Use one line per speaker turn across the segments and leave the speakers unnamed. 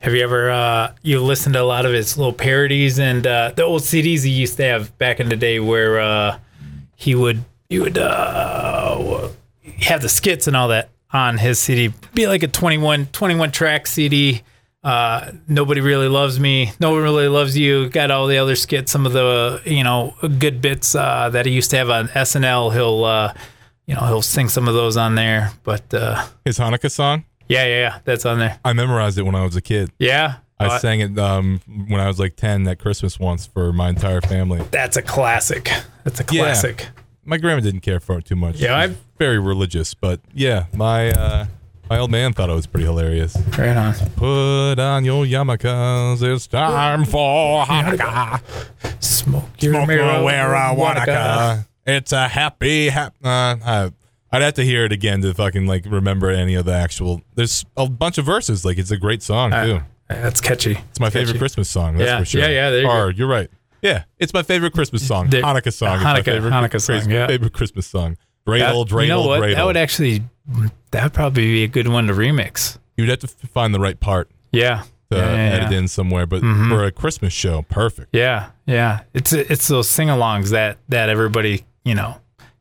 Have you ever uh, you listened to a lot of his little parodies and uh, the old CDs he used to have back in the day where uh, he would he would uh, have the skits and all that on his CD. Be like a 21, 21 track CD. Uh, nobody really loves me. No one really loves you. Got all the other skits, some of the you know good bits uh, that he used to have on SNL. He'll uh, you know he'll sing some of those on there. But uh,
His Hanukkah song,
yeah, yeah, yeah, that's on there.
I memorized it when I was a kid.
Yeah,
I
Uh,
sang it um, when I was like 10 at Christmas once for my entire family.
that's a classic. That's a
Yeah.
classic.
My grandma didn't care for it too much.
Yeah,
She's very religious, but yeah, my uh, my old man thought it was pretty hilarious.
Right on.
Put on your yarmulkes, it's time for Hanukkah.
Smoke your
Smoke
marijuana.
your where I wanna It's a happy, hap uh, I, I'd have to hear it again to fucking like remember any of the actual. There's a bunch of verses. Like it's a great song
Uh,
too.
That's catchy.
It's my favorite Christmas song. That's
Yeah,
for sure.
yeah, yeah, there you go.
or, You're right. Yeah, it's my favorite Christmas song.
The-
Hanukkah song. is my
Hanukkah-
favorite,
Hanukkah song,
crazy-
yeah.
favorite Christmas song. Dreidel,
That-
dreidel,
you know what?
dreidel.
That would actually that would probably be a good one to remix.
You'd have to f- find the right part
Yeah.
to
yeah, yeah,
edit
yeah. Mm-hmm.
in somewhere, but for a Christmas show, perfect.
Yeah, yeah. It's it's those sing-alongs that that everybody you know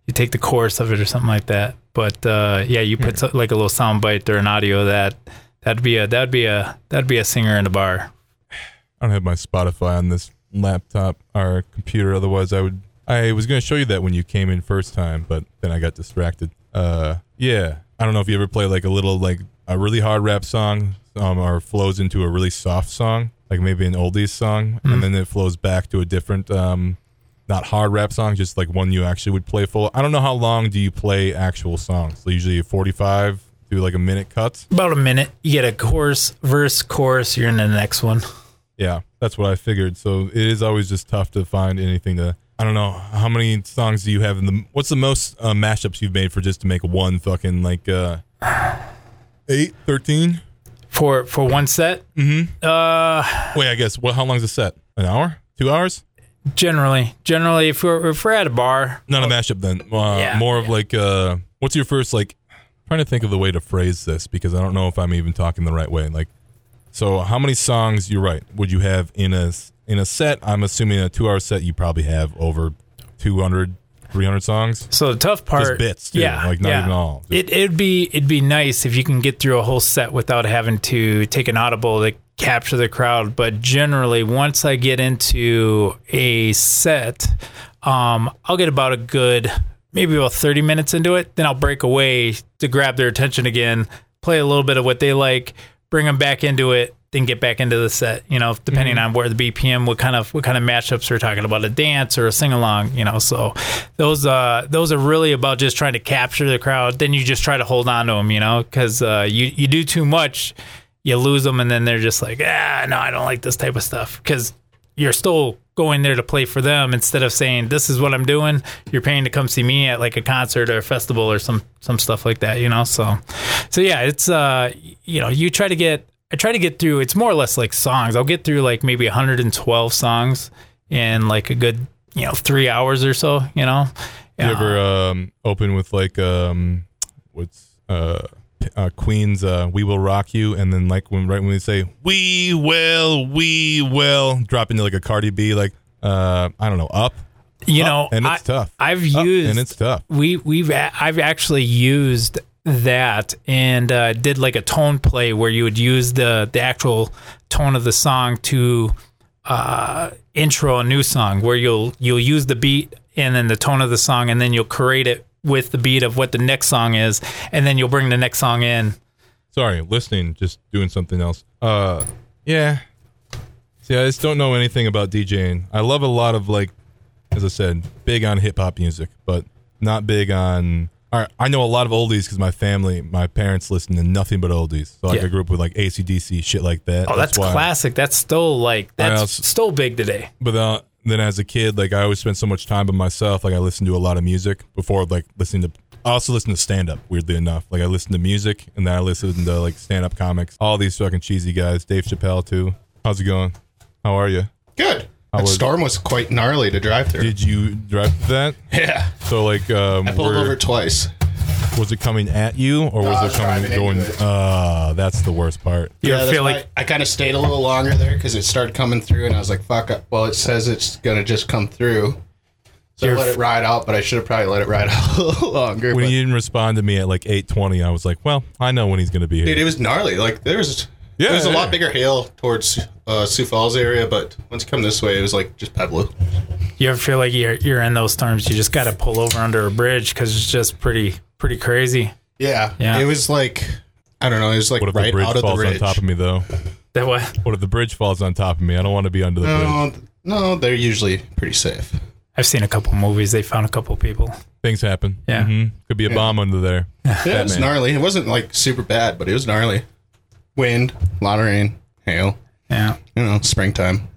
you take the chorus of it or something like that. But uh, yeah, you
Hmm.
put so, like a little sound bite or an audio of that that'd be a that'd be a that'd be a singer in a bar.
I don't have my Spotify on this laptop or computer. Otherwise, I would. I was going to show you that when you came in first time, but then I got distracted. Uh, yeah. I don't know if you ever play like a little like a really hard rap song, um, or flows into a really soft song, like maybe an oldies song, and then it flows back to a different, um, not hard rap song, just like one you actually would play full. I don't know how long do you play actual songs. So usually forty-five to like a minute cuts.
About a minute, you get a chorus, verse, chorus. You're in the next one.
Yeah, that's what I figured. So it is always just tough to find anything to. I don't know how many songs do you have in the. What's the most uh, mashups you've made for just to make one fucking like uh eight, thirteen?
for for one set. Mm-hmm. Uh,
Wait, I guess. Well, how long's a set? An hour? Two hours?
generally, generally, if we're if we're at a bar,
Not a mashup then. Uh,
Oh. Yeah.
more of like uh, what's your first like? Trying to think of the way to phrase this because I don't know if I'm even talking the right way. Like, so how many songs? You're right. Would you have in a s- in a set? I'm assuming a two hour set. You probably have over 200, 300 songs.
so the tough part,
bits, too, like, not even all.
It it'd be it'd be nice if you can get through a whole set without having to take an audible to capture the crowd. But generally, once I get into a set, um, I'll get about a good maybe about thirty minutes into it. Then I'll break away to grab their attention again, play a little bit of what they like, bring them back into it, then get back into the set. You know, depending on where the BPM, what kind of what kind of matchups we're talking about, a dance or a sing along. You know, so those uh those are really about just trying to capture the crowd. Then you just try to hold on to them. You know, because uh, you you do too much, you lose them, and then they're just like, ah, no, I don't like this type of stuff because you're still going there to play for them instead of saying this is what I'm doing. You're paying to come see me at like a concert or a festival or some some stuff like that, you know. So, so yeah, it's uh, you know, you try to get I try to get through. It's more or less like songs. I'll get through like maybe 112 songs in like a good you know three hours or so, you know.
You ever um, open with like um, what's uh, P- uh, Queen's uh, "We Will Rock You," and then like when right when we say "We will, we will," drop into like a Cardi B, like uh, I don't know, up,
you know,
Up, Uh, and it's
I,
tough.
I've
Up,
used
and it's tough.
we we've a- I've actually used that and uh, did like a tone play where you would use the the actual tone of the song to uh, intro a new song where you'll you'll use the beat and then the tone of the song and then you'll create it with the beat of what the next song is and then you'll bring the next song in.
Sorry, listening, just doing something else. Uh, yeah. See, I just don't know anything about DJing. I love a lot of like, as I said, big on hip hop music, but not big on. All right, I know a lot of oldies because my family, my parents listen to nothing but oldies. So like,
Yeah.
I grew up with like ACDC, shit like that.
Oh, that's, classic. That's still like that's
also-
still big today.
But then, then as a kid, like I always spent so much time by myself. Like I listened to a lot of music before, like listening to. I also listened to stand up. Weirdly enough, like I listened to music, and then I listened to like stand up comics. All these fucking cheesy guys. Dave Chappelle too. How's it going? How are you?
Good. That
was-
storm was quite gnarly to drive through.
Did you drive that?
yeah.
So like, um,
Pulled
we're-
over twice.
Was it coming at you or
No, I
was
was
it coming
driving
going?
into it.
Ah, that's the worst part.
You
that's
feel
why
like
I kind of stayed a little longer there because it started coming through, and I was like, "Fuck up!" Well, it says it's gonna just come through, so I
You're
let
f-
it ride out. But I should have probably let it ride out a little longer.
When
but-
you didn't respond to me at like eight twenty, I was like, "Well, I know when he's going to be here."
dude, it was gnarly. Like there was,
Yeah,
there was a
yeah,
lot
yeah.
bigger hail towards uh, Sioux Falls area, but once you come this way, it was like just Pueblo.
you ever feel like you're you're in those storms. You just got to pull over under a bridge because it's just pretty pretty crazy.
Yeah,
Yeah.
It was like I don't know. It was like
what if the
right
bridge
out of the
falls on
ridge.
top of me, though?
That what?
What if the bridge falls on top of me? I don't want to be under the bridge.
no, th- no, they're usually pretty safe.
I've seen a couple movies. They found a couple people.
Things happen.
Yeah.
hmm could be a bomb under there.
Yeah, it was
Batman.
gnarly. It wasn't like super bad, but it was gnarly. Wind, a lot of rain, hail.
Yeah,
You know, springtime.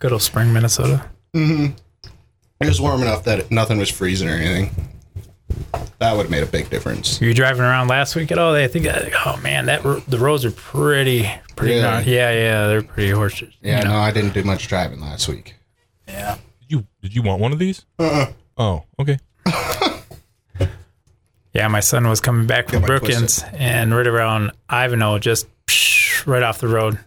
good old spring, Minnesota.
It was warm enough that nothing was freezing or anything. That would have made a big difference.
Were you driving around last week at all? I think. Oh man, that ro- the roads are pretty pretty.
Yeah.
Yeah, yeah, yeah they're pretty horseshit.
Yeah,
you know.
no, I didn't do much driving last week.
Did you did you want one of these? Uh. Oh, okay.
Yeah, my son was coming back from
Yeah, my twist
Brookings and right around Ivanhoe, just psh, right off the road.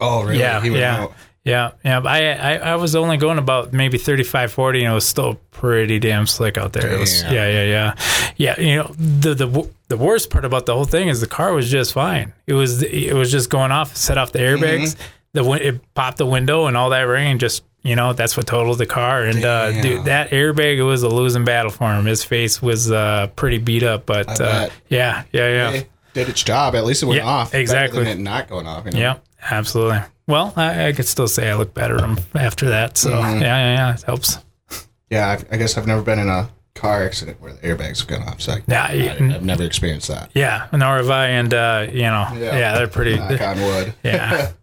Oh, really?
Yeah,
He went
yeah.
out.
Yeah, yeah. I, I I was only going about maybe 35, 40, and it was still pretty damn slick out there. It was,
Damn.
yeah, yeah, yeah, yeah. You know, the the wo- the worst part about the whole thing is the car was just fine. It was it was just going off, set off the airbags,
Mm-hmm.
the win- it popped the window, and all that rain just. You know that's what totaled the car, and uh,
Damn.
dude, that airbag was a losing battle for him. His face was uh, pretty beat up, but uh,
bet.
yeah, yeah, yeah,
It did its job. At least it went
Yeah,
off. better
exactly.
Than it not going off. You know?
yeah, absolutely. Well, I, I could still say I look better um, after that, so
Mm-hmm.
yeah, yeah, yeah, it helps.
Yeah, I've, I guess I've never been in a car accident where the airbags have gone off. So I,
Yeah,
I,
yeah,
I've never experienced that.
yeah, nor have I, and uh, you know, yeah,
Yeah.
they're pretty.
Knock on wood.
yeah,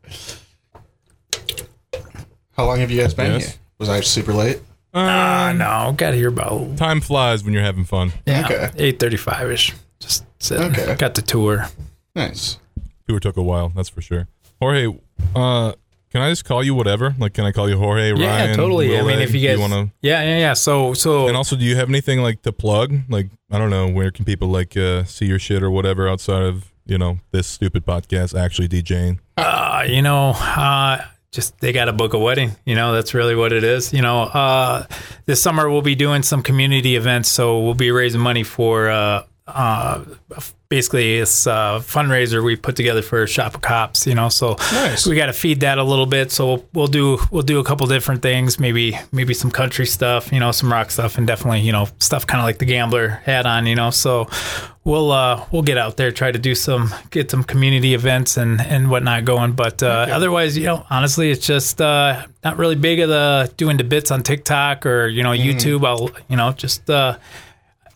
How long have you guys been
Yes.
here? Was I super late?
uh, no, got here about
Time flies when you're having fun.
Okay.
eight thirty-five ish. Just sitting.
Okay.
Got the tour.
Nice.
Tour took a while, that's for sure. Jorge, uh, can I just call you whatever? Like, can I call you Jorge?
yeah,
Ryan,
totally. I mean,
Willie?
if you
Do
guys,
wanna,
yeah, yeah, yeah. So, so
and also, do you have anything like to plug? Like, I don't know, where can people like uh, see your shit or whatever outside of you know this stupid podcast? Actually, DJing.
uh, you know, uh, just they got to book a wedding. You know, that's really what it is. You know, uh, this summer we'll be doing some community events, so we'll be raising money for uh, uh, basically it's a fundraiser we put together for Shop of Cops. You know, so
Nice.
we got to feed that a little bit. So we'll, we'll do we'll do a couple different things. Maybe maybe some country stuff. You know, some rock stuff, and definitely you know stuff kind of like the gambler had on. You know, so we'll uh, we'll get out there, try to do some get some community events and and whatnot going. But uh, otherwise, you know, honestly, it's just uh, not really big of the doing the bits on TikTok or you know YouTube. I'll you know just. Uh,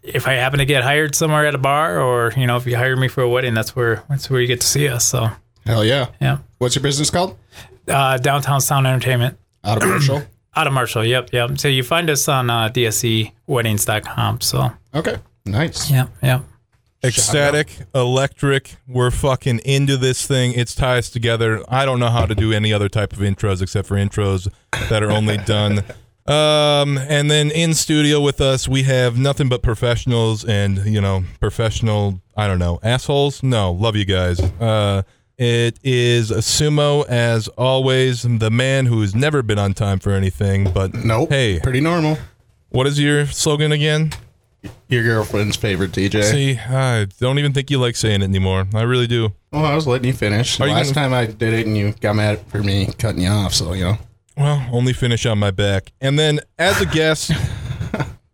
if I happen to get hired somewhere at a bar, or you know, if you hire me for a wedding, that's where that's where you get to see us. So
Hell yeah.
yeah,
What's your business called?
uh, Downtown Sound Entertainment
Out of Marshall.
out of Marshall. Yep, yep. So you find us on uh, DSCWeddings.com. So
Okay. Nice.
yep, yep.
Ecstatic, electric. We're fucking into this thing. It's ties together. I don't know how to do any other type of intros except for intros that are only done. Um, and then in studio with us, we have nothing but professionals and, you know, professional, I don't know, assholes. No, love you guys. Uh, it is Sumo, as always, the man who has never been on time for anything. But
Nope.
hey,
Pretty normal.
what is your slogan again?
Your girlfriend's favorite DJ.
See, I don't even think you like saying it anymore. I really do.
Well, Oh, I was letting you finish.
Are you
Last
gonna-
time I did it, and you got mad for me cutting you off. So you know.
Well, only finish on my back. And then as a guest,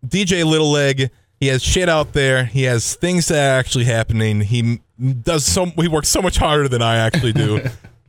DJ Little Leg, he has shit out there. He has things that are actually happening. He m- does so he works so much harder than I actually do.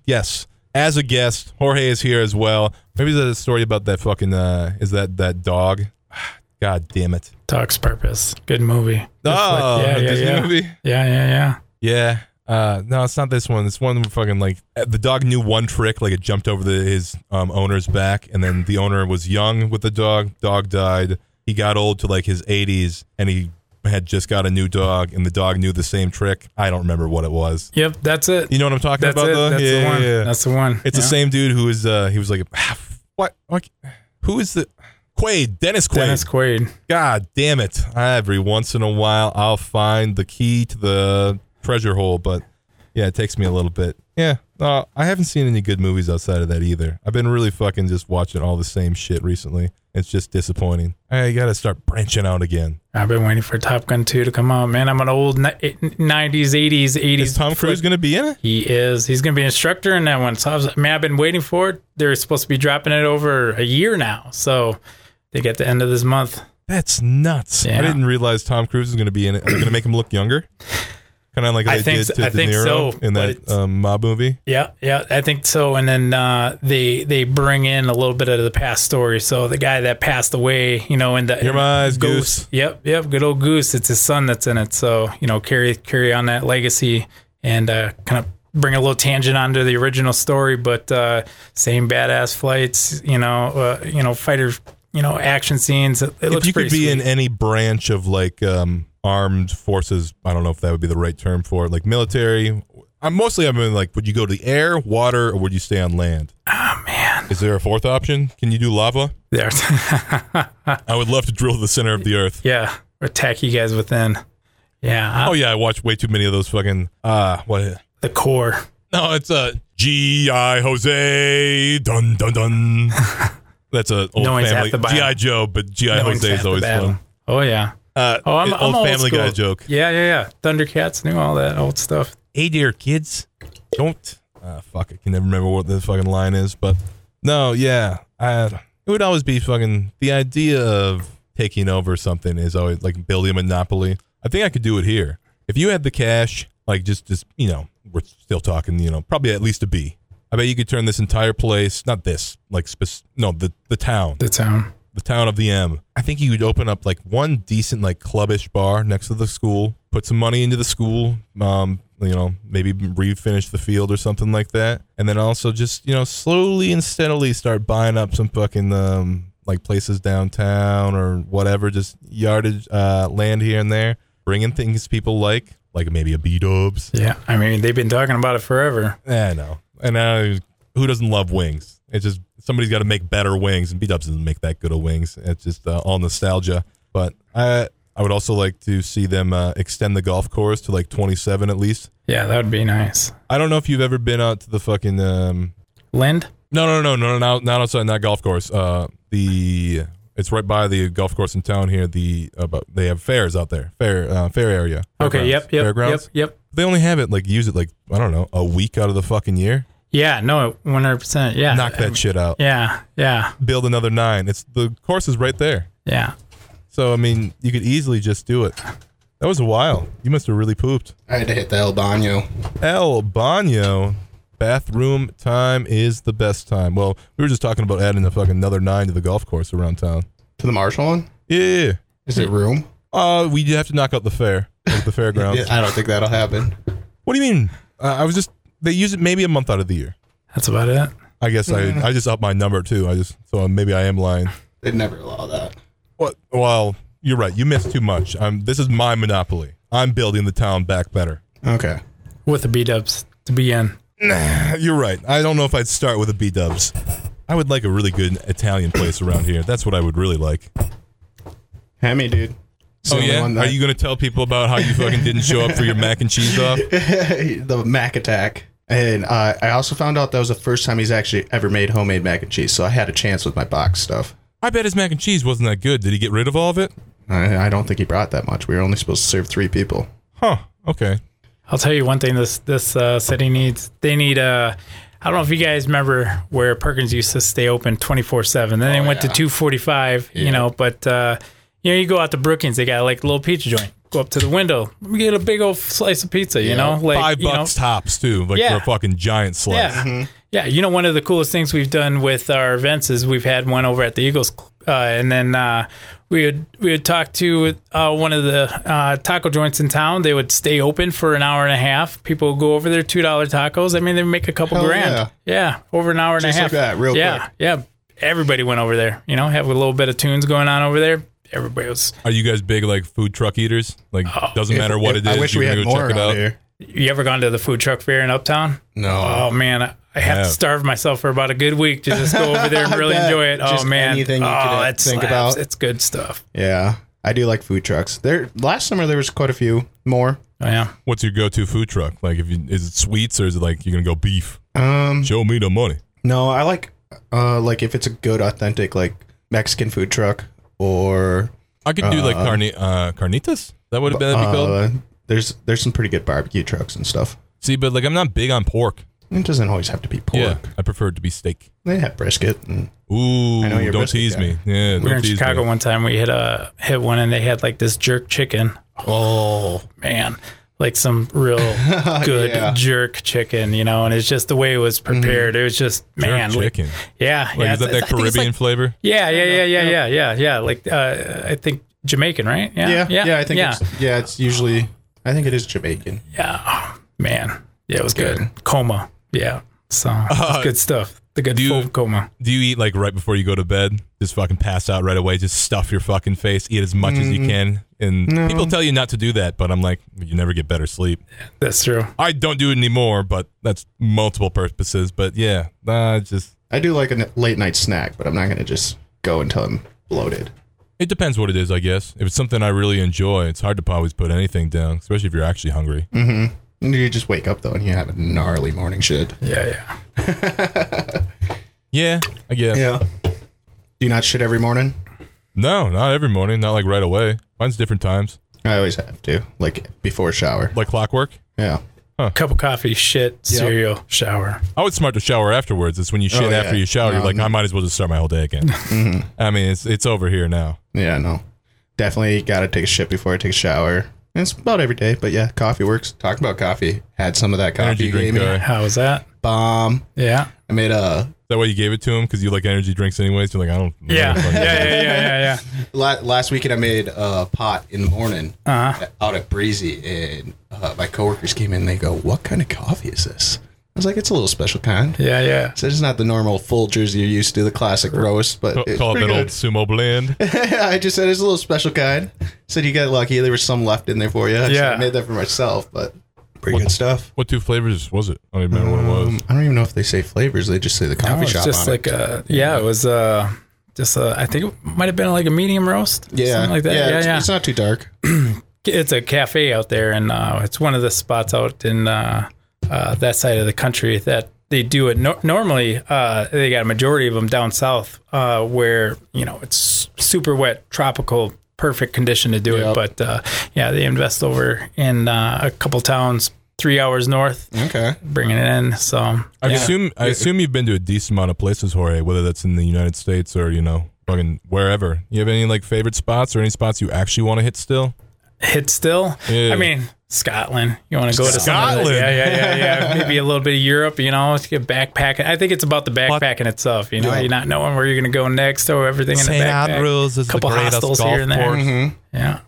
yes. As a guest, Jorge is here as well. Maybe there's a story about that fucking uh is that that dog? God damn it.
Talks purpose. Good movie.
Oh,
yeah, yeah,
Disney
yeah.
movie.
Yeah, yeah, yeah.
Yeah. Uh, no, it's not this one. It's one where fucking like uh, the dog knew one trick, like it jumped over the, his um, owner's back, and then the owner was young with the dog. Dog died. He got old to like his 80s, and he had just got a new dog, and the dog knew the same trick. I don't remember what it was.
Yep, that's it.
You know what I'm talking
That's
about?
it.
Though?
That's
yeah,
the one.
yeah, yeah.
That's the one.
It's
yeah.
the same dude who is. Uh, he was like, ah, what? Like, who is the? Quaid, Dennis Quaid.
Dennis Quaid.
God damn it. Every once in a while, I'll find the key to the treasure hole, but yeah, it takes me a little bit. Yeah, uh, I haven't seen any good movies outside of that either. I've been really fucking just watching all the same shit recently. It's just disappointing. I gotta start branching out again.
I've been waiting for Top Gun 2 to come out, man. I'm an old ni- eh, 90s, 80s, 80s.
Is Tom Cruise gonna be in it?
He is. He's going to be an instructor in that one. So I was, man, I've been waiting for it. They're supposed to be dropping it over a year now. So they get the end of this month.
That's nuts.
Yeah.
I didn't realize Tom Cruise is gonna be in it. Are they gonna make him look younger? Kind of like
I
they
think
did
so-
to
I
De
think
Niro
so, but
in that
it's-
um, mob movie.
Yeah, yeah, I think so. And then uh, they they bring in a little bit of the past story. So the guy that passed away, you know, in the
Hear my eyes,
Goose.
Goose.
Yep, yep, good old Goose. It's his son that's in it. So you know, carry carry on that legacy and uh, kind of bring a little tangent onto the original story, but uh, same badass flights. You know, uh, you know, fighter. You know, action scenes. It, it
if
looks
you
pretty
could be
sweet.
in any branch of like um, armed forces, I don't know if that would be the right term for it, like military. I'm mostly I'm in like, would you go to the air, water, or would you stay on land? Oh
Ah,
man, is there a fourth option? Can you do lava?
there.
I would love to drill to the center of the earth.
yeah, attack you guys within. Yeah,
Oh yeah, I watch way too many of those fucking uh what?
the core.
No, it's uh, G.I. Jose dun dun dun. That's a old
Knowing's half
family
the battle.
G.I. Joe, but G.I.
Knowing's
Jose
half
is
the
always
battle.
fun.
Oh yeah.
Uh,
Oh, I'm, I'm
old
old
Family Guy
school.
joke.
Yeah, yeah, yeah. Thundercats knew all that old stuff.
hey dear kids don't uh, fuck i can never remember what the fucking line is but no yeah I, it would always be fucking the idea of taking over something is always like building a monopoly i think i could do it here if you had the cash like just just you know we're still talking you know probably at least a b i bet you could turn this entire place not this like spec- no the the town
The town.
the town of the M. I think you would open up like one decent like clubbish bar next to the school, put some money into the school, um, you know, maybe refinish the field or something like that, and then also just you know slowly and steadily start buying up some fucking um like places downtown or whatever, just yardage uh, land here and there, bringing things people like, like maybe a B Dubs.
Yeah, I mean they've been talking about it forever.
I know, Eh, and uh, who doesn't love wings? It's just somebody's got to make better wings, and B Dubs doesn't make that good of wings. It's just uh, all nostalgia. But I, I would also like to see them uh, extend the golf course to like 27 at least.
Yeah, that would be nice.
I don't know if you've ever been out to the fucking um,
Lind.
no, no, no, no, no, not, not outside, not golf course. Uh, the it's right by the golf course in town here. The uh, but they have fairs out there, fair, uh, fair area.
Okay. Yep.
fairgrounds,
Yep. Yep.
fairgrounds.
Yep.
They only have it like use it like I don't know a week out of the fucking year.
Yeah. No. One hundred percent. Yeah.
Knock that shit out.
Yeah. Yeah.
build another nine. It's the course is right there.
Yeah.
So I mean, you could easily just do it. That was a while. You must have really pooped.
I had to hit the El Bano.
El Bano, bathroom time is the best time. Well, we were just talking about adding a fucking another nine to the golf course around town.
To the Marshall one?
Yeah.
Is it room?
Uh, we have to knock out the fair, like the fairgrounds.
Yeah, I don't think that'll happen.
What do you mean? Uh, I was just they use it maybe a month out of the year.
That's about it.
I guess I I just upped my number too. I just so maybe I am lying.
They'd never allow that.
What? Well, you're right. You missed too much. I'm. This is my monopoly. I'm building the town back better.
Okay.
With the B Dubs to begin.
You're right. I don't know if I'd start with a B Dubs. I would like a really good Italian place around here. That's what I would really like.
Hemi, dude.
Oh,
It's the only one
Oh, Are
that-
you going to tell people about how you fucking didn't show up for your mac and cheese off?
the Mac attack. And uh, I also found out that was the first time he's actually ever made homemade mac and cheese, so I had a chance with my box stuff.
I bet his mac and cheese wasn't that good. Did he get rid of all of it?
I, I don't think he brought that much. We were only supposed to serve three people.
Huh. Okay.
I'll tell you one thing this this uh, city needs. They need uh I don't know if you guys remember where Perkins used to stay open 24/7. Then they
Oh,
went to 245, you know, but uh you know, you go out to Brookings, they got like a little pizza joint. Go up to the window, we get a big old slice of pizza, you know, like
Five
you know,
bucks tops, too. Like
Yeah.
for a fucking giant slice.
yeah.
Mm-hmm.
Yeah. You know, one of the coolest things we've done with our events is we've had one over at the Eagles. Uh, and then uh, we would we would talk to uh, one of the uh, taco joints in town. They would stay open for an hour and a half. People would go over there, two dollar tacos. I mean, they make a couple
Hell
grand. Yeah. over an hour and
Just
a half.
like that, real
yeah,
quick.
yeah. Everybody went over there. You know, have a little bit of tunes going on over there. Everybody was.
Are you guys big, like, food truck eaters? Like,
Oh.
doesn't matter what it is.
I wish
you're
we had
gonna go
more out here.
You ever gone to the food truck fair in Uptown?
No.
Oh man, I- I have to
Yeah.
starve myself for about a good week to just go over there and
I
really
bet.
enjoy it. Oh
Just
man,
anything you
oh,
could, uh,
it
think
slaps.
about.
It's good stuff.
Yeah, I do like food trucks. There last summer there was quite a few more.
Oh, Yeah,
What's your go-to food truck? Like, if you, is it sweets or is it like you're gonna go beef?
Um,
Show me the money.
no, I like uh like if it's a good authentic like Mexican food truck or
I could do like carni- uh, carnitas. Is that what it would be called?
uh, there's there's some pretty good barbecue trucks and stuff.
See, but like I'm not big on pork.
It doesn't always have to be pork.
Yeah, I prefer it to be steak.
They have brisket. And,
Ooh,
know you're a
don't
brisket
tease
guy.
me. Yeah,
we were
don't
in
tease
Chicago
me.
one time. We hit a hit one, and they had like this jerk chicken. Oh man, like some real good
Yeah. Mm.
jerk chicken, you know. And it's just the way it was prepared. It was just man,
Jerk
we-
chicken.
yeah,
Like,
yeah.
is that
it's-
that
it's- I think it's
Caribbean
like-
flavor?
yeah, yeah, yeah, yeah, yeah, yeah, yeah. Like uh, I think Jamaican, right?
yeah, yeah, I think
yeah.
It's, yeah, it's usually I think it is Jamaican.
Yeah. Oh, man. Yeah, it was good. Uh, Coma. Yeah. So it's good stuff. The good
you-
full coma.
Do you eat like right before you go to bed? Just fucking pass out right away. Just stuff your fucking face. Eat as much as
Mm.
you can. And people tell you not to do that, but I'm like, you never get better sleep.
That's true.
I don't do it anymore, but that's multiple purposes. But yeah, uh, just
I do like a n- late night snack, but I'm not gonna just go until I'm bloated.
it depends what it is, I guess. If it's something I really enjoy, it's hard to always put anything down, especially if you're actually hungry.
You just wake up though and you have a gnarly morning shit.
Yeah, yeah.
Yeah, I guess.
Yeah. Do you not shit every morning?
No, not every morning. Not like right away. Mine's different times,
I always have to, like before shower.
like clockwork.
Yeah.
Cup of coffee, shit, cereal, shower.
I would smart to shower afterwards. It's when you shit
Oh, yeah.
after you shower. you're
No, Mm-hmm.
like, I might as well just start my whole day again. I mean, it's it's over here now.
Yeah, no. Definitely got to take a shit before I take a shower. And it's about every day, but yeah, coffee works. Talk about coffee. Had some of that coffee.
Energy
you
drink
gave me.
guy.
How was that?
Bomb.
Yeah.
I made a
That way you gave it to him because you like energy drinks anyways. You're like, I don't.
Yeah.
I
yeah,
don't fucking-
yeah, yeah, yeah,
la- last weekend. I made a pot in the morning
yeah. Uh-huh.
out at Breezy, and uh, my coworkers came in. and They go, "What kind of coffee is this?" I was like, "It's a little special kind."
Yeah, yeah.
So it's not the normal full Jersey you're used to, the classic roast, but
Ca-
it's
Call up
pretty
an old
good.
sumo blend.
I just said it's a little special kind. Said you got lucky. There was some left in there for you. So
Yeah.
I made that for myself, but pretty good stuff.
What two flavors was it? I don't even remember what it was.
I don't even know if they say flavors. They just say the
Oh,
coffee
it's
shop
just
on
like
it.
a yeah, it was uh just uh, I think it might have been like a medium roast,
yeah,
something like that.
Yeah,
Yeah,
it's,
yeah.
it's not too dark.
it's a cafe out there, and uh, it's one of the spots out in uh, uh, that side of the country that they do it. No- normally, uh, they got a majority of them down south, uh, where you know it's super wet, tropical, perfect condition to do it.
Yep.
But uh, yeah, they invest over in uh, a couple towns, three hours north,
Okay.
bringing it in. So
I
yeah.
assume I assume you've been to a decent amount of places, Jorge. Whether that's in the United States or you know fucking wherever. You have any like favorite spots or any spots you actually want to hit still?
hit still.
Yeah.
I mean, Scotland. You want to go to some of the-
Scotland?
Yeah, yeah, yeah, yeah. Maybe a little bit of Europe. You know, to get backpacking. I think it's about the backpacking itself. You know, you're not knowing where you're going to go next or everything in the backpack.
is
Couple hostels here and there. Mm-hmm. Yeah,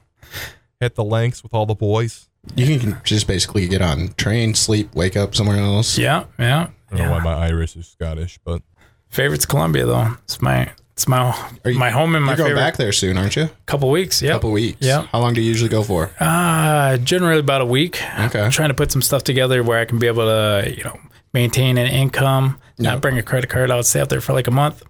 Hit the links with all the boys.
You can just basically get on train, sleep, wake up somewhere else.
yeah, yeah.
I don't know why my Irish is Scottish, but
Favorite's Colombia though. It's my it's my
Are you-
my home and my
You're going
favorite.
back there soon, aren't you?
Couple weeks. Yeah.
couple weeks.
Yeah.
How long do you usually go for?
Uh, generally about a week.
Okay.
I'm trying to put some stuff together where I can be able to, you know, maintain an income, not bring a credit card out, stay out there for like a month.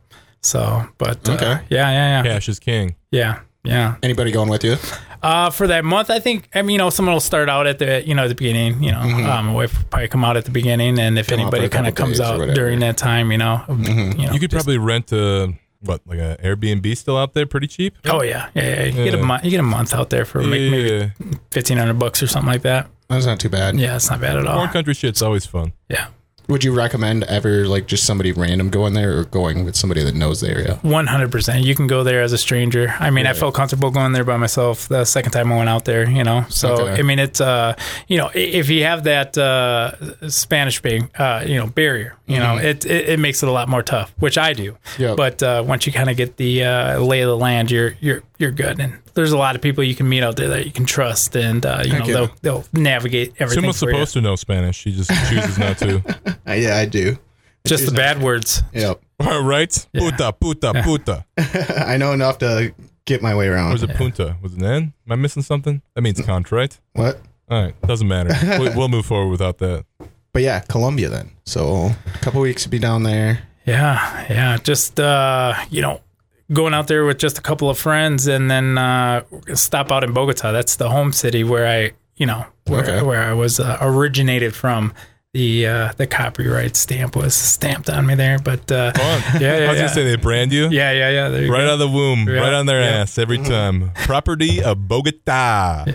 So, but uh,
Okay.
yeah, yeah, yeah,
cash is king.
yeah, yeah.
Anybody going with you?
Uh, for that month, I think I mean, you know, someone will start out at the you know the beginning. You know, um, my wife will probably come out at the beginning, and if
Mm-hmm. out for
anybody
a couple
kind of comes
days or
out
whatever. Mm-hmm.
during that time, you know, you know,
You could probably rent a what like a Airbnb still out there pretty cheap.
oh yeah, yeah, yeah. You get a
Yeah.
month, you get a month out there for like maybe
Yeah,
fifteen hundred bucks or something like that.
That's not too bad.
Yeah, it's not bad at all.
foreign country shit's always fun.
Yeah.
Would you recommend ever like just somebody random going there or going with somebody that knows the area?
One hundred percent. You can go there as a stranger. I mean, I felt comfortable going there by myself the second time I went out there. You know, so I
Okay.
mean, it's uh, you know, i- if you have that uh, Spanish being uh, you know barrier, you know, it, it it makes it a lot more tough, which I do.
Yep.
But uh, once you kind of get the uh, lay of the land, you're you're you're good. And there's a lot of people you can meet out there that you can trust, and uh, you know,
Okay.
they'll they'll navigate everything.
Someone's
for you.
supposed to know Spanish. She just chooses not to.
Uh, yeah, I do.
just the bad words.
Yep.
All right, puta, puta, puta.
I know enough to get my way
Or is
around.
it punta? Was it an? Am I missing something? That means cunt, right?
What?
All right, doesn't matter. We- We'll move forward without that.
but yeah, Colombia then. So a couple weeks to be down there.
Yeah, yeah. Just uh, you know, going out there with just a couple of friends, and then uh, stop out in Bogota. That's the home city where I, you know, where
Okay.
where I was uh, originated from. The uh, the copyright stamp was stamped on me there, but uh,
Fun.
yeah,
Oh. I
yeah,
was
yeah.
gonna say they brand you
yeah, yeah, yeah. There you
right out of the womb,
Yeah.
right on their
Yeah. Mm-hmm.
ass every time. Property of Bogota.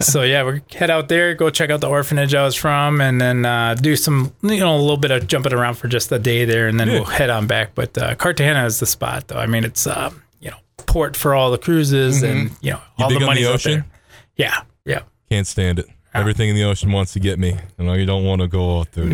so yeah, we head out there, go check out the orphanage I was from, and then uh, do some, you know, a little bit of jumping around for just a day there, and then we'll head on back. But uh, Cartagena is the spot, though. I mean, it's um, you know port for all the cruises, and you know all
Mm-hmm. big
the
on
money's
the
out there.
ocean?
Yeah, yeah.
Can't stand it.
Ah.
Everything in the ocean wants to get me, and I don't want to go out there.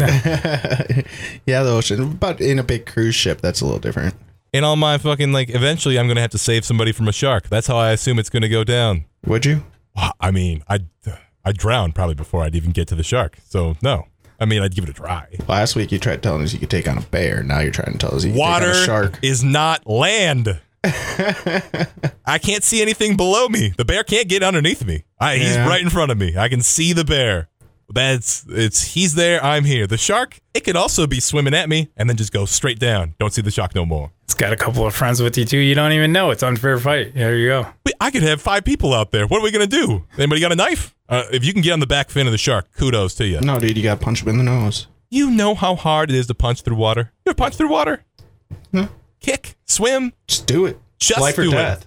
Yeah, the ocean, but in a big cruise ship, that's a little different.
And all my fucking like, eventually I'm gonna have to save somebody from a shark. That's how I assume it's gonna go down.
Would you?
Wow, I mean, I'd uh, I'd drown probably before I'd even get to the shark. So no, I mean, I'd give it a try.
Last week you tried telling us you could take on a bear. Now you're trying to tell us you could
Water
take on a shark.
is not land. I can't see anything below me. The bear can't get underneath me. I, he's
Yeah.
right in front of me. I can see the bear. That's it's he's there. I'm here. The shark. It could also be swimming at me and then just go straight down. Don't see the shark no more.
It's got a couple of friends with you too. You don't even know. It's unfair fight. There you go.
We- I could have five people out there. What are we gonna do? Anybody got a knife? Uh, if you can get on the back fin of the shark, kudos to you.
No, dude, you got to punch him in the nose.
You know how hard it is to punch through water. You ever punch through water? Kick, swim.
Just do it.
Just
Hmm. Life
do
or
it.
death.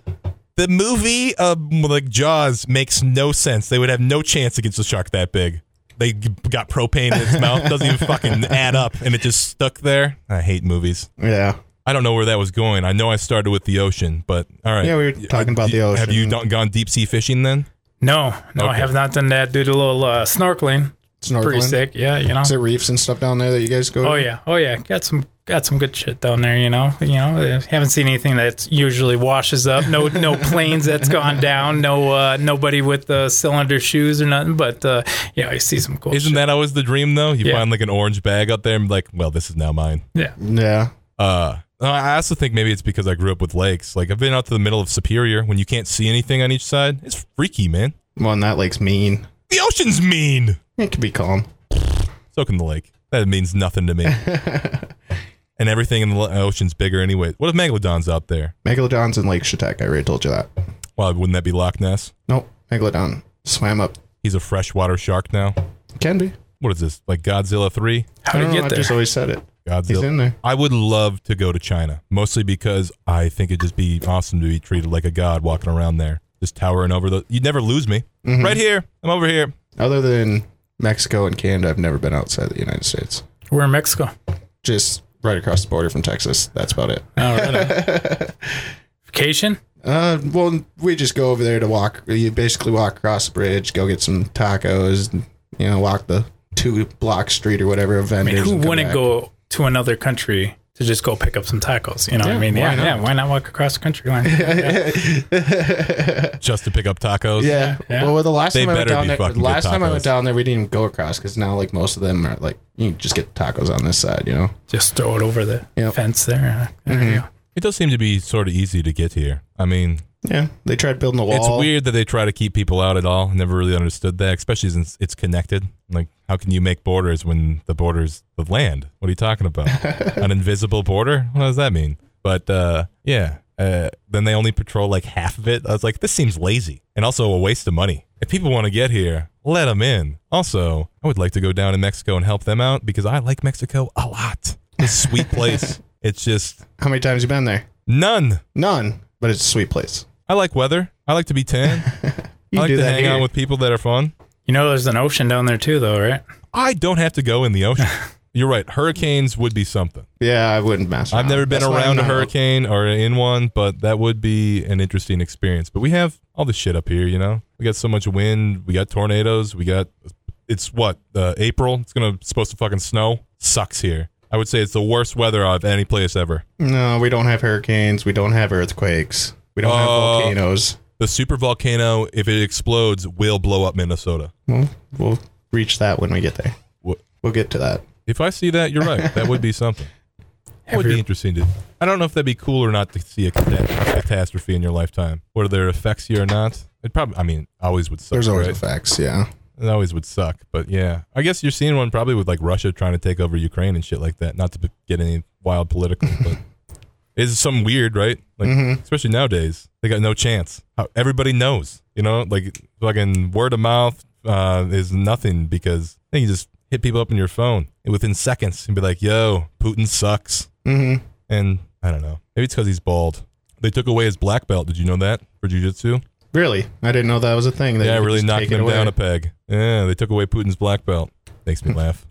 The movie, uh, like Jaws, makes no sense. They would have no chance against a shark that big. They g- got propane in its mouth. Doesn't even fucking add up, and it just stuck there. I hate movies.
Yeah.
I don't know where that was going. I know I started with the ocean, but all right. uh,
Yeah, we were talking about the
Have you
ocean.
done- gone deep sea fishing then?
No, no, I
Okay.
have not done that. Did a little uh, snorkeling.
Snorkeling.
Pretty sick. Yeah, you know.
Is there reefs and stuff down there that you guys go?
Oh
to?
yeah, oh yeah, got some got some good shit down there. You know, you know, uh, haven't seen anything that usually washes up. No no planes that's gone down. No uh, nobody with uh, cylinder shoes or nothing. But uh, yeah, I see some cool.
Isn't that always the dream though? You
Yeah.
find like an orange bag out there and be like, well, this is now mine.
Yeah.
Yeah.
Uh, I also think maybe it's because I grew up with lakes. Like I've been out to the middle of Superior when you can't see anything on each side. It's freaky, man.
Well, and that lake's mean.
The ocean's mean.
It can be calm.
So can the lake. That means nothing to me. and everything in the l- ocean's bigger anyway. What if Megalodon's out there?
Megalodon's in Lake Shatek. I already told you that.
Well, wouldn't that be Loch Ness?
Nope. Megalodon swam up.
He's a freshwater shark now.
Can be.
What is this? Like Godzilla 3?
How
I
to
don't know,
get
I just
there?
always said it.
Godzilla.
He's in there.
I would love to go to China, mostly because I think it'd just be awesome to be treated like a god walking around there, just towering over the. You'd never lose me.
Mm-hmm.
Right here, I'm over here.
Other than Mexico and Canada, I've never been outside the United States.
We're in Mexico.
Just right across the border from Texas. That's about it.
Oh, right on. Vacation?
Uh, well, we just go over there to walk. You basically walk across the bridge, go get some tacos, and, you know, walk the two block street or whatever. Of
I
vendors
mean, who
and come
wouldn't
back.
go to another country to just go pick up some tacos? You know, what I
Yeah,
mean,
why
yeah,
not?
yeah. Why not walk across the country line? Yeah.
just to pick up tacos.
Yeah.
Yeah.
Well, the last
They
time I went
better
down
be
there,
fucking good
last time I
tacos.
went down there, we didn't even go across because now like most of them are like you can just get tacos on this side, you know.
Just throw it over the
Yep. Mm-hmm.
fence there. There you go.
It does seem to be sort of easy to get here. I mean,
Yeah. They tried building the wall.
it's weird that they try to keep people out at all. I Never really understood that, especially since it's connected. Like, how can you make borders when the border's the land? What are you talking about? An invisible border? What does that mean? But uh, yeah, uh, then they only patrol like half of it. I was like, this seems lazy and also a waste of money. If people want to get here, let them in. Also, I would like to go down to Mexico and help them out because I like Mexico a lot. It's a sweet place. It's just
How many times you been there?
none.
None. But it's a sweet place.
I like weather. I like to be tan.
You
I like
do
to
that
hang
here.
out with people that are fun.
You know, there's an ocean down there too, though, right?
I don't have to go in the ocean. You're right. Hurricanes would be something.
Yeah, I wouldn't mess.
I've
around.
never been
Ah, That's why
around
I'm
a
not-
hurricane or in one, but that would be an interesting experience. But we have all this shit up here, you know? We got so much wind. We got tornadoes. We got, it's what, uh, April? It's going to, supposed to fucking snow. Sucks here. I would say it's the worst weather of any place ever.
No, we don't have hurricanes. We don't have earthquakes. We don't have
Oh.
volcanoes.
The super volcano, if it explodes, will blow up Minnesota.
Well, we'll reach that when we get there.
What?
We'll get to that.
If I see that, you're right. That would be something. That would be
Every-
interesting to. I don't know if that'd be cool or not to see a cata- catastrophe in your lifetime, whether it affects you or not. It probably. I mean, always would suck.
There's always
right?
effects. Yeah.
It always would suck, but yeah, I guess you're seeing one probably with like Russia trying to take over Ukraine and shit like that. Not to p- get any wild political, but it's some weird, right?
Mm-hmm.
Like especially nowadays, they got no chance. How- Everybody knows, you know, like fucking word of mouth uh, is nothing because you can just hit people up on your phone and within seconds and be like, "Yo, Putin sucks,"
Mm-hmm.
and I don't know. Maybe it's because he's bald. They took away his black belt. Did you know that for jujitsu?
Really, I didn't know that was a thing. That you
Yeah,
could
really
just
knocked
take it
them
away.
down a peg. Yeah, they took away Putin's black belt. Makes me laugh.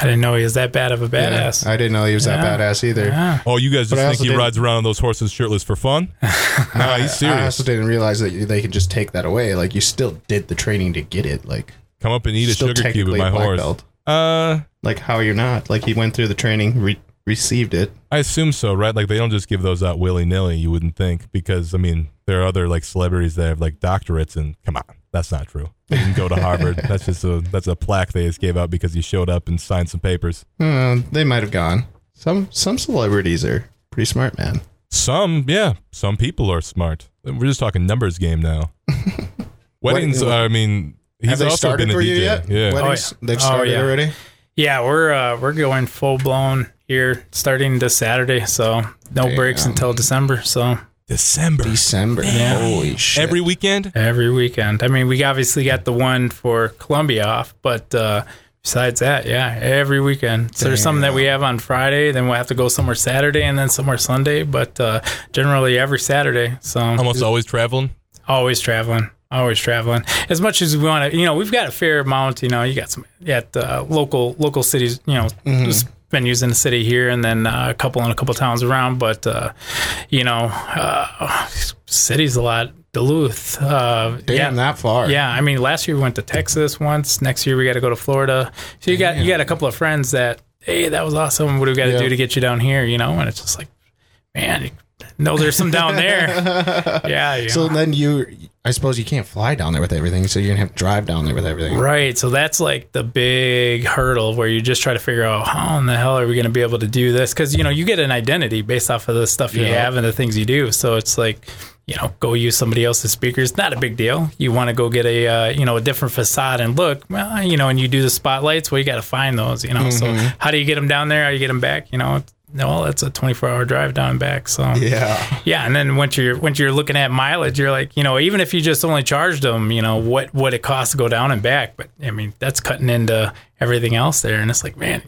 I didn't know he was that bad of a
Yeah,
badass. Ah.
I didn't know he was that
Yeah.
badass either.
Yeah.
Oh, you guys
But I
just
also
think he
didn't-
rides around on those horses shirtless for fun? nah, he's
I
serious.
also didn't realize that you- they could just take that away. Like you still did the training to get it. Like
Come up and eat a
still
sugar cube with
technically
my
a black
horse.
belt.
Uh,
Like how you're not. Like he went through the training, re- received it.
I assume so, right? Like they don't just give those out willy nilly. You wouldn't think because I mean there are other like celebrities that have like doctorates and come on, that's not true. They didn't go to Harvard. that's just a that's a plaque they just gave out because he showed up and signed some papers.
Uh, they might have gone. Some some celebrities are pretty smart, man.
Some, yeah, some people are smart. We're just talking numbers game now. Weddings,
Wedding-
are, I mean, he's
have they
also
started
been a
for
DJ.
you yet?
Yeah,
Weddings?
Oh, yeah.
They've
Oh,
started
yeah.
already.
Yeah, we're uh, we're going full blown here starting this Saturday, so no breaks
Damn.
until December. So
December.
December.
Yeah.
Holy shit.
Every weekend,
every weekend. I mean, we obviously got the one for Columbia off, but uh, besides that, yeah, every weekend. So there's something that we have on Friday, then we'll have to go somewhere Saturday, and then somewhere Sunday. But uh, generally every Saturday. So
almost always traveling.
always traveling always traveling as much as we want to you know we've got a fair amount you know you got some at uh, local local cities you know
Mm-hmm.
just venues in the city here and then uh, a couple in a couple towns around but uh, you know uh, cities a lot duluth uh,
Damn,
yeah.
that far.
Yeah, I mean, last year we went to Texas once. Next year we got to go to Florida. So you got you got a couple of friends that hey, that was awesome. What do we got to
Yeah.
do to get you down here? You know, and it's just like, man, no, there's some down there. yeah, you
So
know.
then you, I suppose you can't fly down there with everything, so you're gonna have to drive down there with everything.
Right. So that's like the big hurdle where you just try to figure out how in the hell are we going to be able to do this? Because, you know, you get an identity based off of the stuff you
Yeah.
have and the things you do. So it's like, you know, go use somebody else's speakers. Not a big deal. You want to go get a, uh, you know, a different facade and look, well, you know, and you do the spotlights. Well, you got to find those, you know.
Mm-hmm.
So how do you get them down there? How do you get them back? You know, it's- no, that's a 24 hour drive down and back. So,
Yeah.
yeah, and then once you're once you're looking at mileage, you're like, you know, even if you just only charged them, you know, what what it costs to go down and back. But I mean, that's cutting into everything else there, and it's like, man,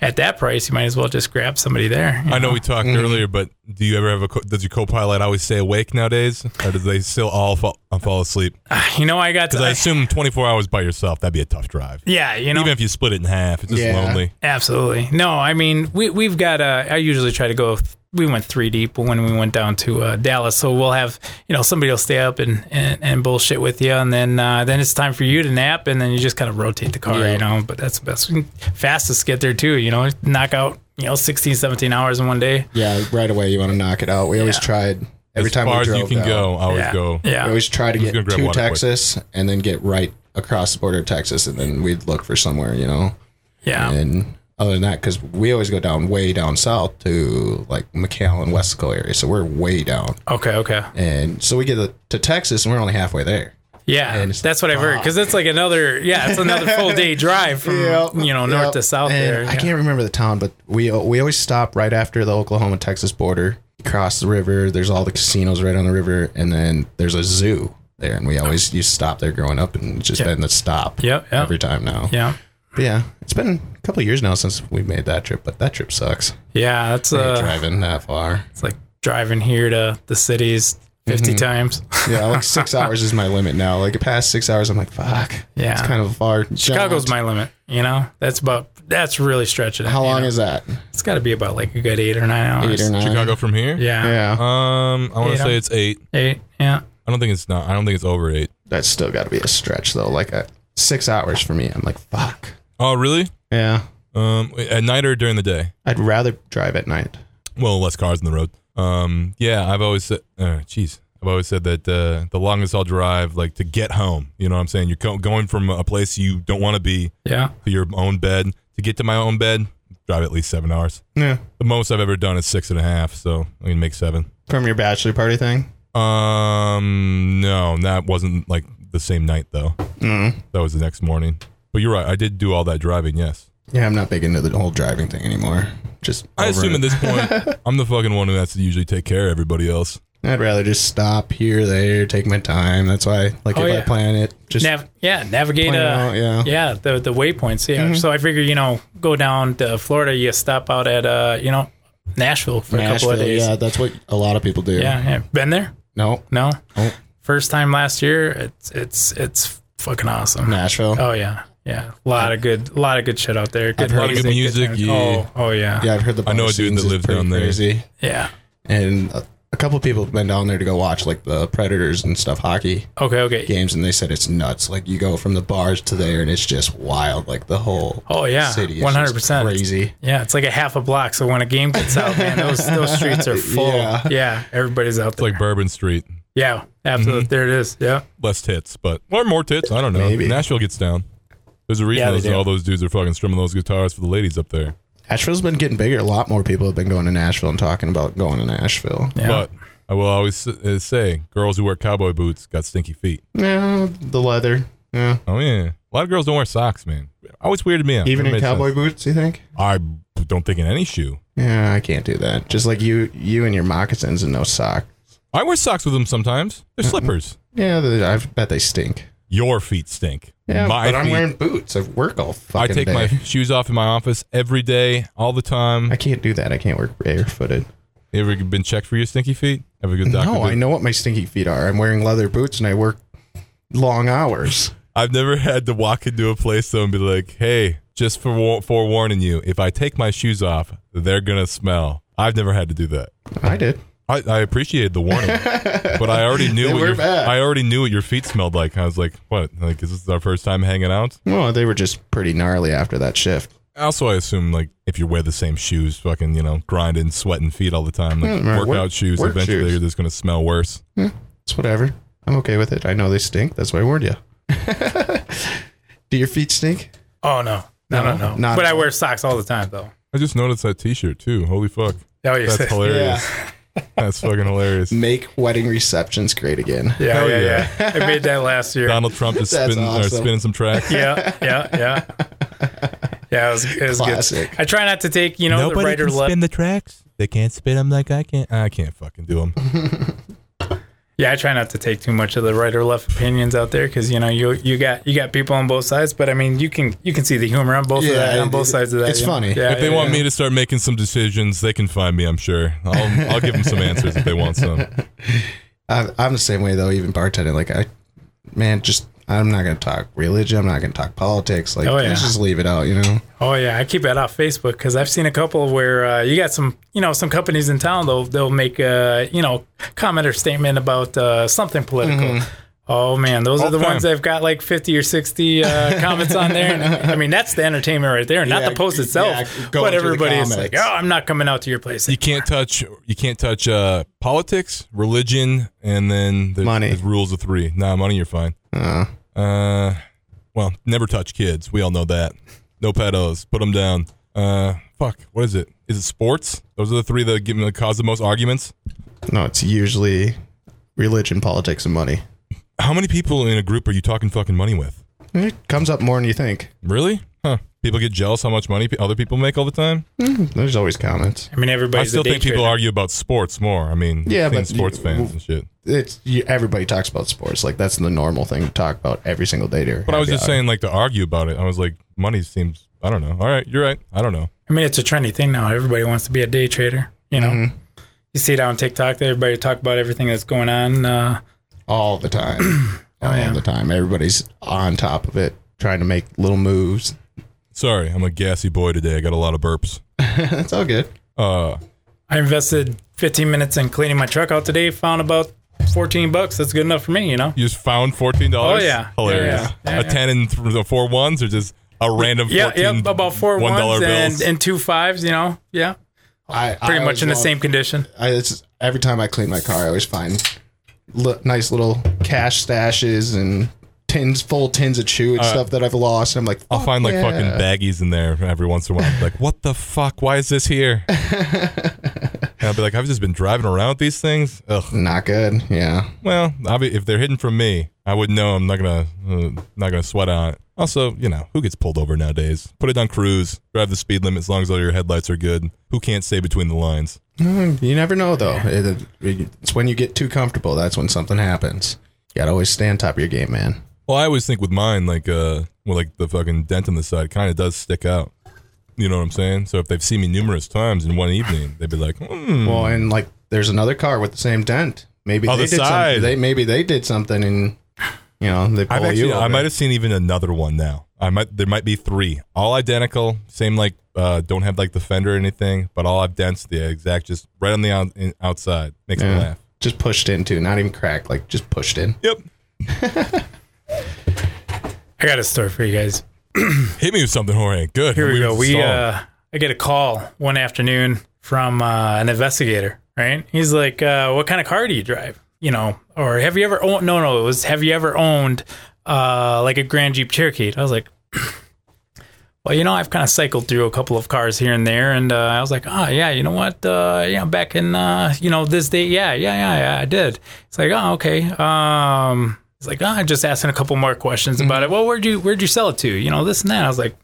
at that price, you might as well just grab somebody there. you
I know we talked
Mm-hmm.
earlier, but do you ever have a? Co- does your co-pilot always stay awake nowadays, or do they still all fall, uh, fall asleep?
You know, I got to.
Because I assume 24 hours by yourself, that'd be a tough drive.
yeah, you know,
Even if you split it in half, it's just
Yeah.
lonely.
Absolutely. No, I mean we we've got. Uh, I usually try to go. we went three deep when we went down to uh, Dallas, so we'll have you know somebody will stay up and, and, and bullshit with you, and then uh, then it's time for you to nap, and then you just kind of rotate the car,
Yeah.
you know. But that's the best, fastest get there too, you know. Knock out you know 16, 17 hours in one day.
Yeah. Right away, you want to knock it out. We always tried every
as
time
far
we drove
as you can
down,
go, I always
yeah.
go.
We
Yeah.
always try to
just
get
gonna grab
to
water quick.
Texas and then get right across the border of Texas, and then we'd look for somewhere, you know.
yeah.
And other than that, because we always go down way down south to like McAllen, Wesco area, so we're way down,
Okay. Okay.
and so we get to Texas, and we're only halfway there.
Yeah,
it's
that's what I've heard because it's like another yeah, it's another full day drive from you know north
Yep.
to south
And
there.
I
yeah.
can't remember the town, but we we always stop right after the Oklahoma Texas border. Cross the river. There's all the casinos right on the river, and then there's a zoo there, and we always used to stop there growing up, and it's just been the stop.
Yep, yep.
Every time now.
Yeah.
But yeah. It's been a couple years now since we made that trip, but that trip sucks.
Yeah. That's
Ain't
uh,
driving that far.
It's like driving here to the cities 50 times.
Mm-hmm. Yeah, like six hours is my limit now. Like past six hours, I'm like, fuck.
Yeah.
it's kind of far.
Chicago's my limit, you know? That's about, that's really stretching it.
How
you
long
know?
is that?
It's got to be about like a good eight or nine hours.
Eight or nine.
Chicago from here?
Yeah.
Yeah,
Um, I want
Eight
to
hours.
say it's eight.
Eight. Yeah.
I don't think it's not. I don't think it's over eight.
that's still got to be a stretch though. Like uh six hours for me. I'm like, fuck.
Oh, really?
Yeah.
Um, at night or during the day?
I'd rather drive at night.
Well, less cars on the road. Um, yeah, I've always said, uh, jeez, I've always said that uh, the longest I'll drive, like to get home. You know what I'm saying? You're co- going from a place you don't want to be
Yeah.
to your own bed. To get to my own bed, drive at least seven hours.
Yeah.
The most I've ever done is six and a half, so I can make seven.
From your bachelor party thing?
Um, no, that wasn't like the same night though.
Mm.
That was the next morning. But you're right. I did do all that driving. Yes.
Yeah, I'm not big into the whole driving thing anymore. Just
I
over
assume
it.
at this point I'm the fucking one who has to usually take care of everybody else.
I'd rather just stop here, there, take my time. That's why, like,
Oh,
if I
yeah.
plan it, just
Nav- yeah, navigate. Uh,
plan it out, yeah. Mm-hmm.
yeah, the the waypoints. Yeah, so I figure you know go down to Florida, you stop out at uh you know Nashville for a couple of
Nashville,
days.
yeah, that's what a lot of people do.
yeah, yeah. been there.
No,
No.
Oh.
First time last year. It's it's it's fucking awesome.
Nashville.
Oh yeah. Yeah. A lot of good a lot of good shit out there. Good
heard
good music,
times.
yeah.
Oh, oh yeah.
Yeah, I've heard the.
I know
bar
a dude
scenes
that
is
lives
pretty
down there.
Crazy.
Yeah.
And a, a couple of people have been down there to go watch like the Predators and stuff hockey
Okay, okay.
games, and they said it's nuts. Like you go from the bars to there, and it's just wild. Like the whole
Oh yeah.
city, is
One hundred percent.
crazy.
Yeah, it's like a half a block. So when a game gets out, man, those those streets are full.
Yeah.
Yeah, everybody's out
It's
there.
like Bourbon Street.
yeah, absolutely. There it is. Yeah,
Less tits, but or more tits. I don't know.
Maybe.
Nashville gets down. There's a reason
Yeah, they
those,
do.
all those dudes are fucking strumming those guitars for the ladies up there.
Nashville's been getting bigger. A lot more people have been going to Nashville and talking about going to Nashville.
yeah.
But I will always s- uh, say, girls who wear cowboy boots got stinky feet.
Yeah, the leather. Yeah.
Oh yeah, a lot of girls don't wear socks, man. Always weirded me out.
Even
Never
in
made
cowboy boots, you think?
sense. I don't think in any shoe.
Yeah, I can't do that. Just like you, you and your moccasins and no sock.
I wear socks with them sometimes. They're
Mm-hmm.
slippers.
Yeah, they- I bet they stink.
Your feet stink.
Yeah,
my
but I'm
feet-
wearing boots. I work all
I
fucking
take
day.
my shoes off in my office every day, all the time.
I can't do that. I can't work barefooted.
You ever been checked for your stinky feet? Have a good doctor.
No,
visit?
I know what my stinky feet are. I'm wearing leather boots and I work long hours.
I've never had to walk into a place though and be like, "Hey, just for war- forewarning you, if I take my shoes off, they're gonna smell." I've never had to do that.
I did.
I, I appreciated the warning, but I already knew
They
what
were
your,
bad.
I already knew what your feet smelled like. I was like, "What? Like, is this our first time hanging out?"
Well, they were just pretty gnarly after that shift.
Also, I assume like if you wear the same shoes, fucking you know, grinding, sweating feet all the time, like
Yeah, right.
workout
Work-
shoes,
work
eventually
shoes.
they're just gonna smell worse.
It's whatever. I'm okay with it. I know they stink. That's why I warned you. do your feet stink?
oh no, no, no,
No,
no.
not
But
at
I
all.
wear socks all the time though.
I just noticed that T-shirt too. Holy fuck,
Oh yeah,
that's hilarious. That's fucking hilarious.
Make wedding receptions great again.
yeah,
Hell
yeah,
yeah.
yeah, I made that last year.
Donald Trump is
That's
spinning, or
awesome.
spinning some tracks.
yeah, yeah, yeah. Yeah, it was, it was
Classic.
good. I try not to take, you know, the right or left.
the tracks. They can't spin them like I can't. I can't fucking do them.
Yeah, I try not to take too much of the right or left opinions out there because you know you you got you got people on both sides, but I mean you can you can see the humor on both of
Yeah,
that, on both
it-
sides of that.
it's
you know?
funny.
Yeah,
if they
yeah,
want
yeah.
me to start making some decisions, they can find me. I'm sure. I'll I'll give them some answers if they want some.
I, I'm the same way though. Even bartending, like I, man, just I'm not gonna talk religion. I'm not gonna talk politics. Like
Oh, yeah.
let's just leave it out. You know,
Oh yeah, I keep that off Facebook because I've seen a couple where uh, you got some, you know, some companies in town. They'll they'll make a you know comment or statement about uh, something political.
Mm-hmm.
Oh man, those
All
are the
the
ones
time.
that've got like fifty or sixty uh, comments on there. And, I mean, that's the entertainment right there, not
Yeah,
the post
yeah,
itself.
going
but
through the
everybody is like,
comments.
"Oh, I'm not coming out to your place."
You can't touch. You can't touch uh, politics, religion, and then there's,
Money.
There's rules of three. Nah, money. You're fine.
uh,
Uh, well, never touch kids. We all know that. No pedos. Put them down. Uh, fuck. What is it? Is it sports? Those are the three that give that cause the most arguments.
no, it's usually religion, politics, and money.
How many people in a group are you talking fucking money with?
It comes up more than you think.
Really? Huh. People get jealous how much money pe- other people make all the time.
There's always comments.
I mean,
I
everybody's
still
a day
think people
trader.
argue about sports more. I mean,
Yeah,
seeing
but
sports
you-
fans and shit.
It's you, everybody talks about sports. Like that's the normal thing to talk about every single day.
But I was just saying, like, to argue about it, I was like, money seems. I don't know. All right, you're right. I don't know.
I mean, it's a trendy thing now. Everybody wants to be a day trader. You know,
Mm-hmm.
you see it on TikTok. Everybody talk about everything that's going on. Uh,
all the time, all
Oh,
yeah.
the time. Everybody's on top of it, trying to make little moves.
Sorry, I'm a gassy boy today. I got a lot of burps.
That's all good.
Uh,
I invested 15 minutes in cleaning my truck out today. Found about 14 bucks. That's good enough for me. You know.
you just found fourteen dollars.
Oh, yeah.
hilarious.
Yeah, yeah. Yeah,
a
yeah.
ten and th- the four ones, or just a random.
Yeah,
14
yeah, about four
one dollar
ones and,
bills.
and two fives. You know. Yeah,
I
pretty
I
much in the
always
same condition.
I, it's every time I clean my car, I always find li- nice little cash stashes and tins, full tins of chew and stuff that I've lost. I'm like,
Uh, I'll
"Fuck
find like
yeah."
fucking baggies in there every once in a while. I'll be like, what the fuck? Why is this here? and I'll be like, I've just been driving around with these things. Ugh.
Not good. Yeah,
Well, I'll be, if they're hidden from me, I wouldn't know. I'm not gonna uh, not gonna sweat on it. Also, you know, who gets pulled over nowadays? Put it on cruise. Drive the speed limit as long as all your headlights are good. Who can't stay between the lines?
Mm, You never know, though. It- it- it's when you get too comfortable. That's when something happens. You gotta always stay on top of your game, man.
Well, I always think with mine, like uh, well, like the fucking dent on the side kind of does stick out. You know what I'm saying? So if they've seen me numerous times in one evening, they'd be like, hmm.
Well, and like, there's another car with the same dent. Maybe
Other
they did
side.
something. They maybe they did something, and you know they pull
I've
you.
actually,
Over.
I might have seen even another one now. I might there might be three, all identical, same like uh, don't have like the fender or anything, but all have dents the exact, just right on the out, in, outside. Makes me
Yeah.
laugh.
just pushed into, not even cracked, like just pushed in.
Yep,
I got a story for you guys.
hit me with something, Jorge. Good.
Here we go. We
solid.
uh, I get a call one afternoon from uh, an investigator. Right? He's like, uh, "What kind of car do you drive? You know, or have you ever owned? No, no, it was have you ever owned uh, like a Grand Jeep Cherokee?" I was like, "Well, you know, I've kind of cycled through a couple of cars here and there, and uh, I was like, oh yeah, you know what? Uh, yeah, back in uh, you know this day, yeah, yeah, yeah, yeah, I did. It's like, oh okay. Um, it's like, oh, I'm just asking a couple more questions about it. Well, where'd you where'd you sell it to? You know, this and that. I was like."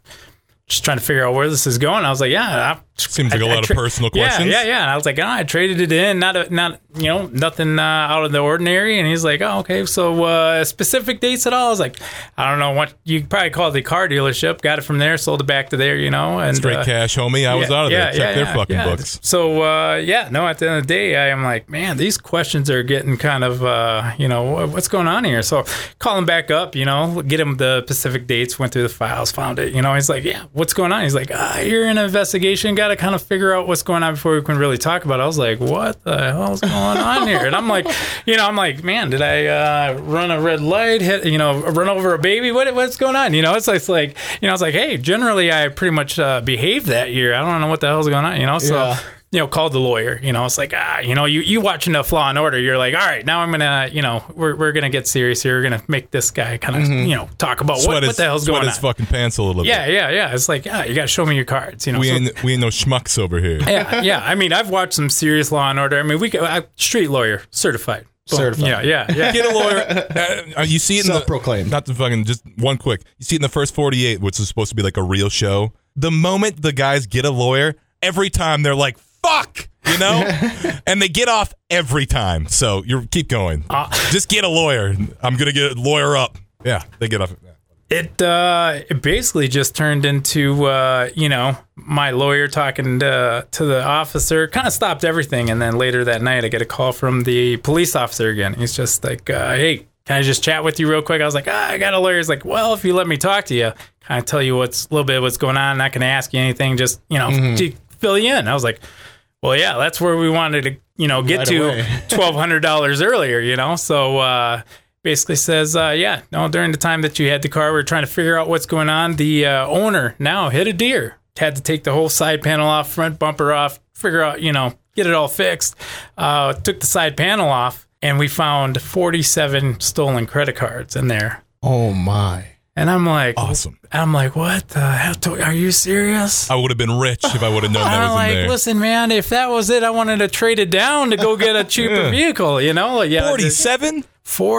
just trying to figure out where this is going. I was like, yeah, I,
Seems like a
I- I
lot
tra-
of personal
yeah,
questions.
Yeah, yeah, And I was like, oh, I traded it in, not a, not you know nothing uh, out of the ordinary. And he's like, oh, okay, so uh, specific dates at all? I was like, I don't know what you could probably call the car dealership. Got it from there, sold it back to there, you know, and
Straight
uh,
cash, homie. I was out of there. Check their
yeah,
fucking
yeah.
books.
So uh, yeah, no. At the end of the day, I am like, man, these questions are getting kind of, uh, you know, wh- what's going on here? So call him back up, you know, get him the Pacific dates, went through the files, found it. You know, he's like, yeah, what's going on? He's like, ah, you're in an investigation, got to kind of figure out what's going on before we can really talk about. it. I was like, what the hell's going on here? And I'm like, you know, I'm like, man, did I uh, run a red light? Hit, you know, run over a baby? What what's going on? You know, it's like, it's like you know, it's like, hey, generally I pretty much uh, behaved that year. I don't know what the hell's going on. You know, so
Yeah.
you know, called the lawyer. You know, it's like ah, you know, you you watch enough Law and Order, you're like, all right, now I'm gonna, you know, we're we're gonna get serious here. We're gonna make this guy kind of, you know, talk about
Mm-hmm. Sweat
what,
his,
what the hell's
sweat
going on.
his fucking pants a little
Yeah,
bit.
yeah, yeah. It's like, yeah, you gotta show me your cards. You know,
We
so-
ain't we ain't no schmucks over here.
yeah, yeah. I mean, I've watched some serious Law and Order. I mean, we could- I, street lawyer certified. Boom.
Certified.
Yeah, yeah, yeah.
Get a lawyer. Uh, you see it in the
Self-proclaimed.
Not to fucking just one quick. You see it in the first forty-eight, which is supposed to be like a real show. The moment the guys get a lawyer, every time they're like, "Fuck," you know, and they get off every time. So you keep going.
Uh,
just get a lawyer. I'm gonna get a lawyer up. Yeah, they get off.
it uh it basically just turned into uh you know my lawyer talking to, to the officer kind of stopped everything and then later that night i get a call from the police officer again he's just like uh, hey can i just chat with you real quick i was like ah, i got a lawyer he's like well if you let me talk to you kind of tell you what's a little bit of what's going on not going to ask you anything just you know to fill you in i was like well, yeah, that's where we wanted to, you know, get
Right
to
away.
twelve hundred dollars earlier, you know. So uh, basically says, uh, yeah, no. During the time that you had the car, we are trying to figure out what's going on. The uh, owner now hit a deer. Had to take the whole side panel off, front bumper off, figure out, you know, get it all fixed. Uh, took the side panel off, and we found forty-seven stolen credit cards in there.
Oh my!
And I'm like,
Awesome.
I'm like, what the hell? Are you serious?
I would have been rich if I would have known that
I'm
was
like,
in there.
listen, man, if that was it, I wanted to trade it down to go get a cheaper vehicle. You know, like, yeah, just-
Forty-seven.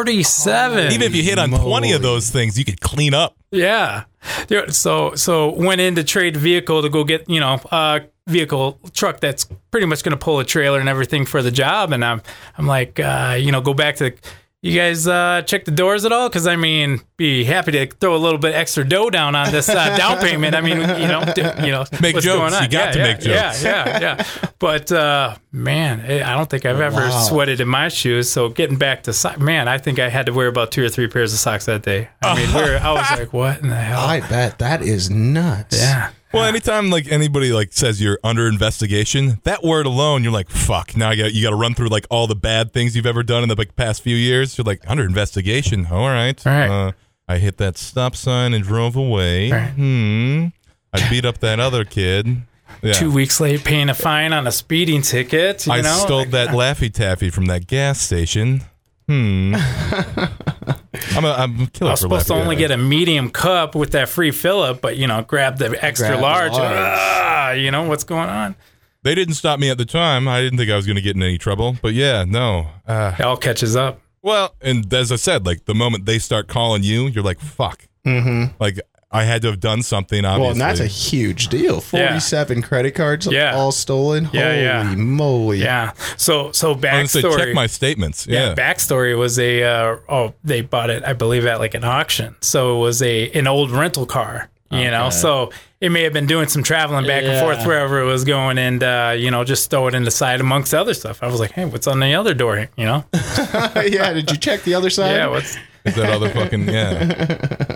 47.
Even if you hit on twenty of
moly.
those things, you could clean up.
yeah. Dude, So, so went in to trade vehicle to go get, you know, uh, vehicle truck that's pretty much going to pull a trailer and everything for the job. And I'm, I'm like, uh, you know, go back to the, you guys uh, check the doors at all? Because I mean, be happy to throw a little bit extra dough down on this uh, down payment. I mean, you know, d- you know,
Make
what's
jokes.
Going on.
You got
yeah,
to
yeah,
make jokes.
Yeah, yeah, yeah. But uh, man, I I don't think I've ever
Wow.
sweated in my shoes. So getting back to so- man, I think I had to wear about two or three pairs of socks that day. I mean, we were, I was like, what in the hell?
I bet that is nuts.
yeah.
Well, anytime like anybody like says you're under investigation, that word alone, you're like, fuck. Now I got, you got to run through like all the bad things you've ever done in the like, past few years. You're like under investigation. All right,
Right.
Uh, I hit that stop sign and drove away.
Right.
Hmm. I beat up that other kid. Yeah.
Two weeks late, paying a fine on a speeding ticket. You
I
know,
stole that Laffy Taffy from that gas station. Hmm. I'm a, I'm
I
a killer for
was supposed to
Laffy
only
Taffy.
get a medium cup with that free fill up, but you know, grab the extra
Grab the
large.
large.
Ah, you know what's going on?
They didn't stop me at the time. I didn't think I was going to get in any trouble, but yeah, no. Uh,
It all catches up.
Well, and as I said, like the moment they start calling you, you're like, fuck.
Mm-hmm.
Like I had to have done something. Obviously,
Well, and that's a huge deal.
Yeah.
Forty-seven credit cards,
Yeah.
all stolen.
Yeah,
Holy
yeah.
moly!
Yeah. So so
honestly
backstory.
check my statements.
yeah.
Yeah,
backstory was a uh, oh they bought it I believe at like an auction. So it was a an old rental car. You know, so it may have been doing some traveling back and
Yeah.
forth wherever it was going, and uh, you know, just throw it in the side amongst other stuff. I was like, hey, what's on the other door? here? You know,
yeah. Did you check the other side?
yeah, what's
is that other fucking yeah?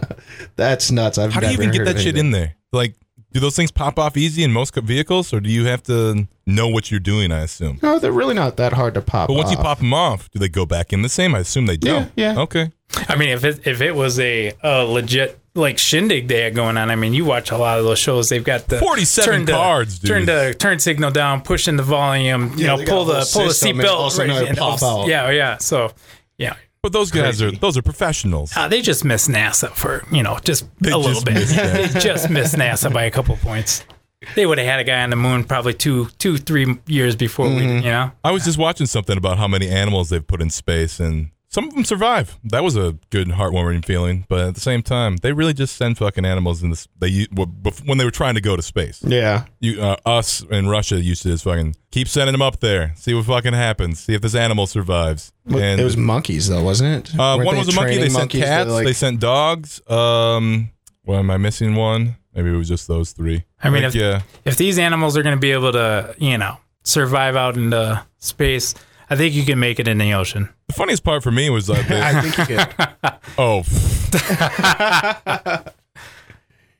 That's nuts. I've
How do you
never
even get
heard
that
of
shit
it.
in there? Like, do those things pop off easy in most vehicles, or do you have to know what you're doing? I assume.
No, they're really not that hard to pop.
But once you
off.
pop them off, do they go back in the same? I assume they don't.
Uh. Yeah, yeah.
Okay.
I mean, if it if it was a, a legit like shindig they had going on, I mean, you watch a lot of those shows. They've got the
47
the-
cards, dude.
turn the turn signal down, pushing the volume, you
Yeah,
know,
they
pull
got a
the
whole
pull the
system and all of
seatbelt,
a sudden
right,
they
and
pop
all-
out.
yeah, yeah. So, yeah,
But those guys are
Crazy.
those are professionals.
uh, they just miss NASA for you know just a little
just
bit.
missed
they just missed NASA by a couple points. They would have had a guy on the moon probably two two three years before we,
Mm-hmm.
you know.
I was just watching something about how many animals they've put in space, and some of them survive. That was a good heartwarming feeling. But at the same time, they really just send fucking animals in this. They u- w- bef- when they were trying to go to space,
Yeah.
you, uh, us and Russia used to just fucking keep sending them up there, see what fucking happens, see if this animal survives.
But
and
it was monkeys though, wasn't it?
uh,
Weren't
one
they
was a monkey.
training
They sent
monkeys to,
cats.
like-
they sent dogs. Um, well, am I missing one? Maybe it was just those three.
I mean, if-
Like, yeah.
if these animals are going to be able to, you know, survive out into space, I think you can make it in the ocean.
The funniest part for me was uh, like,
I think you could.
Oh.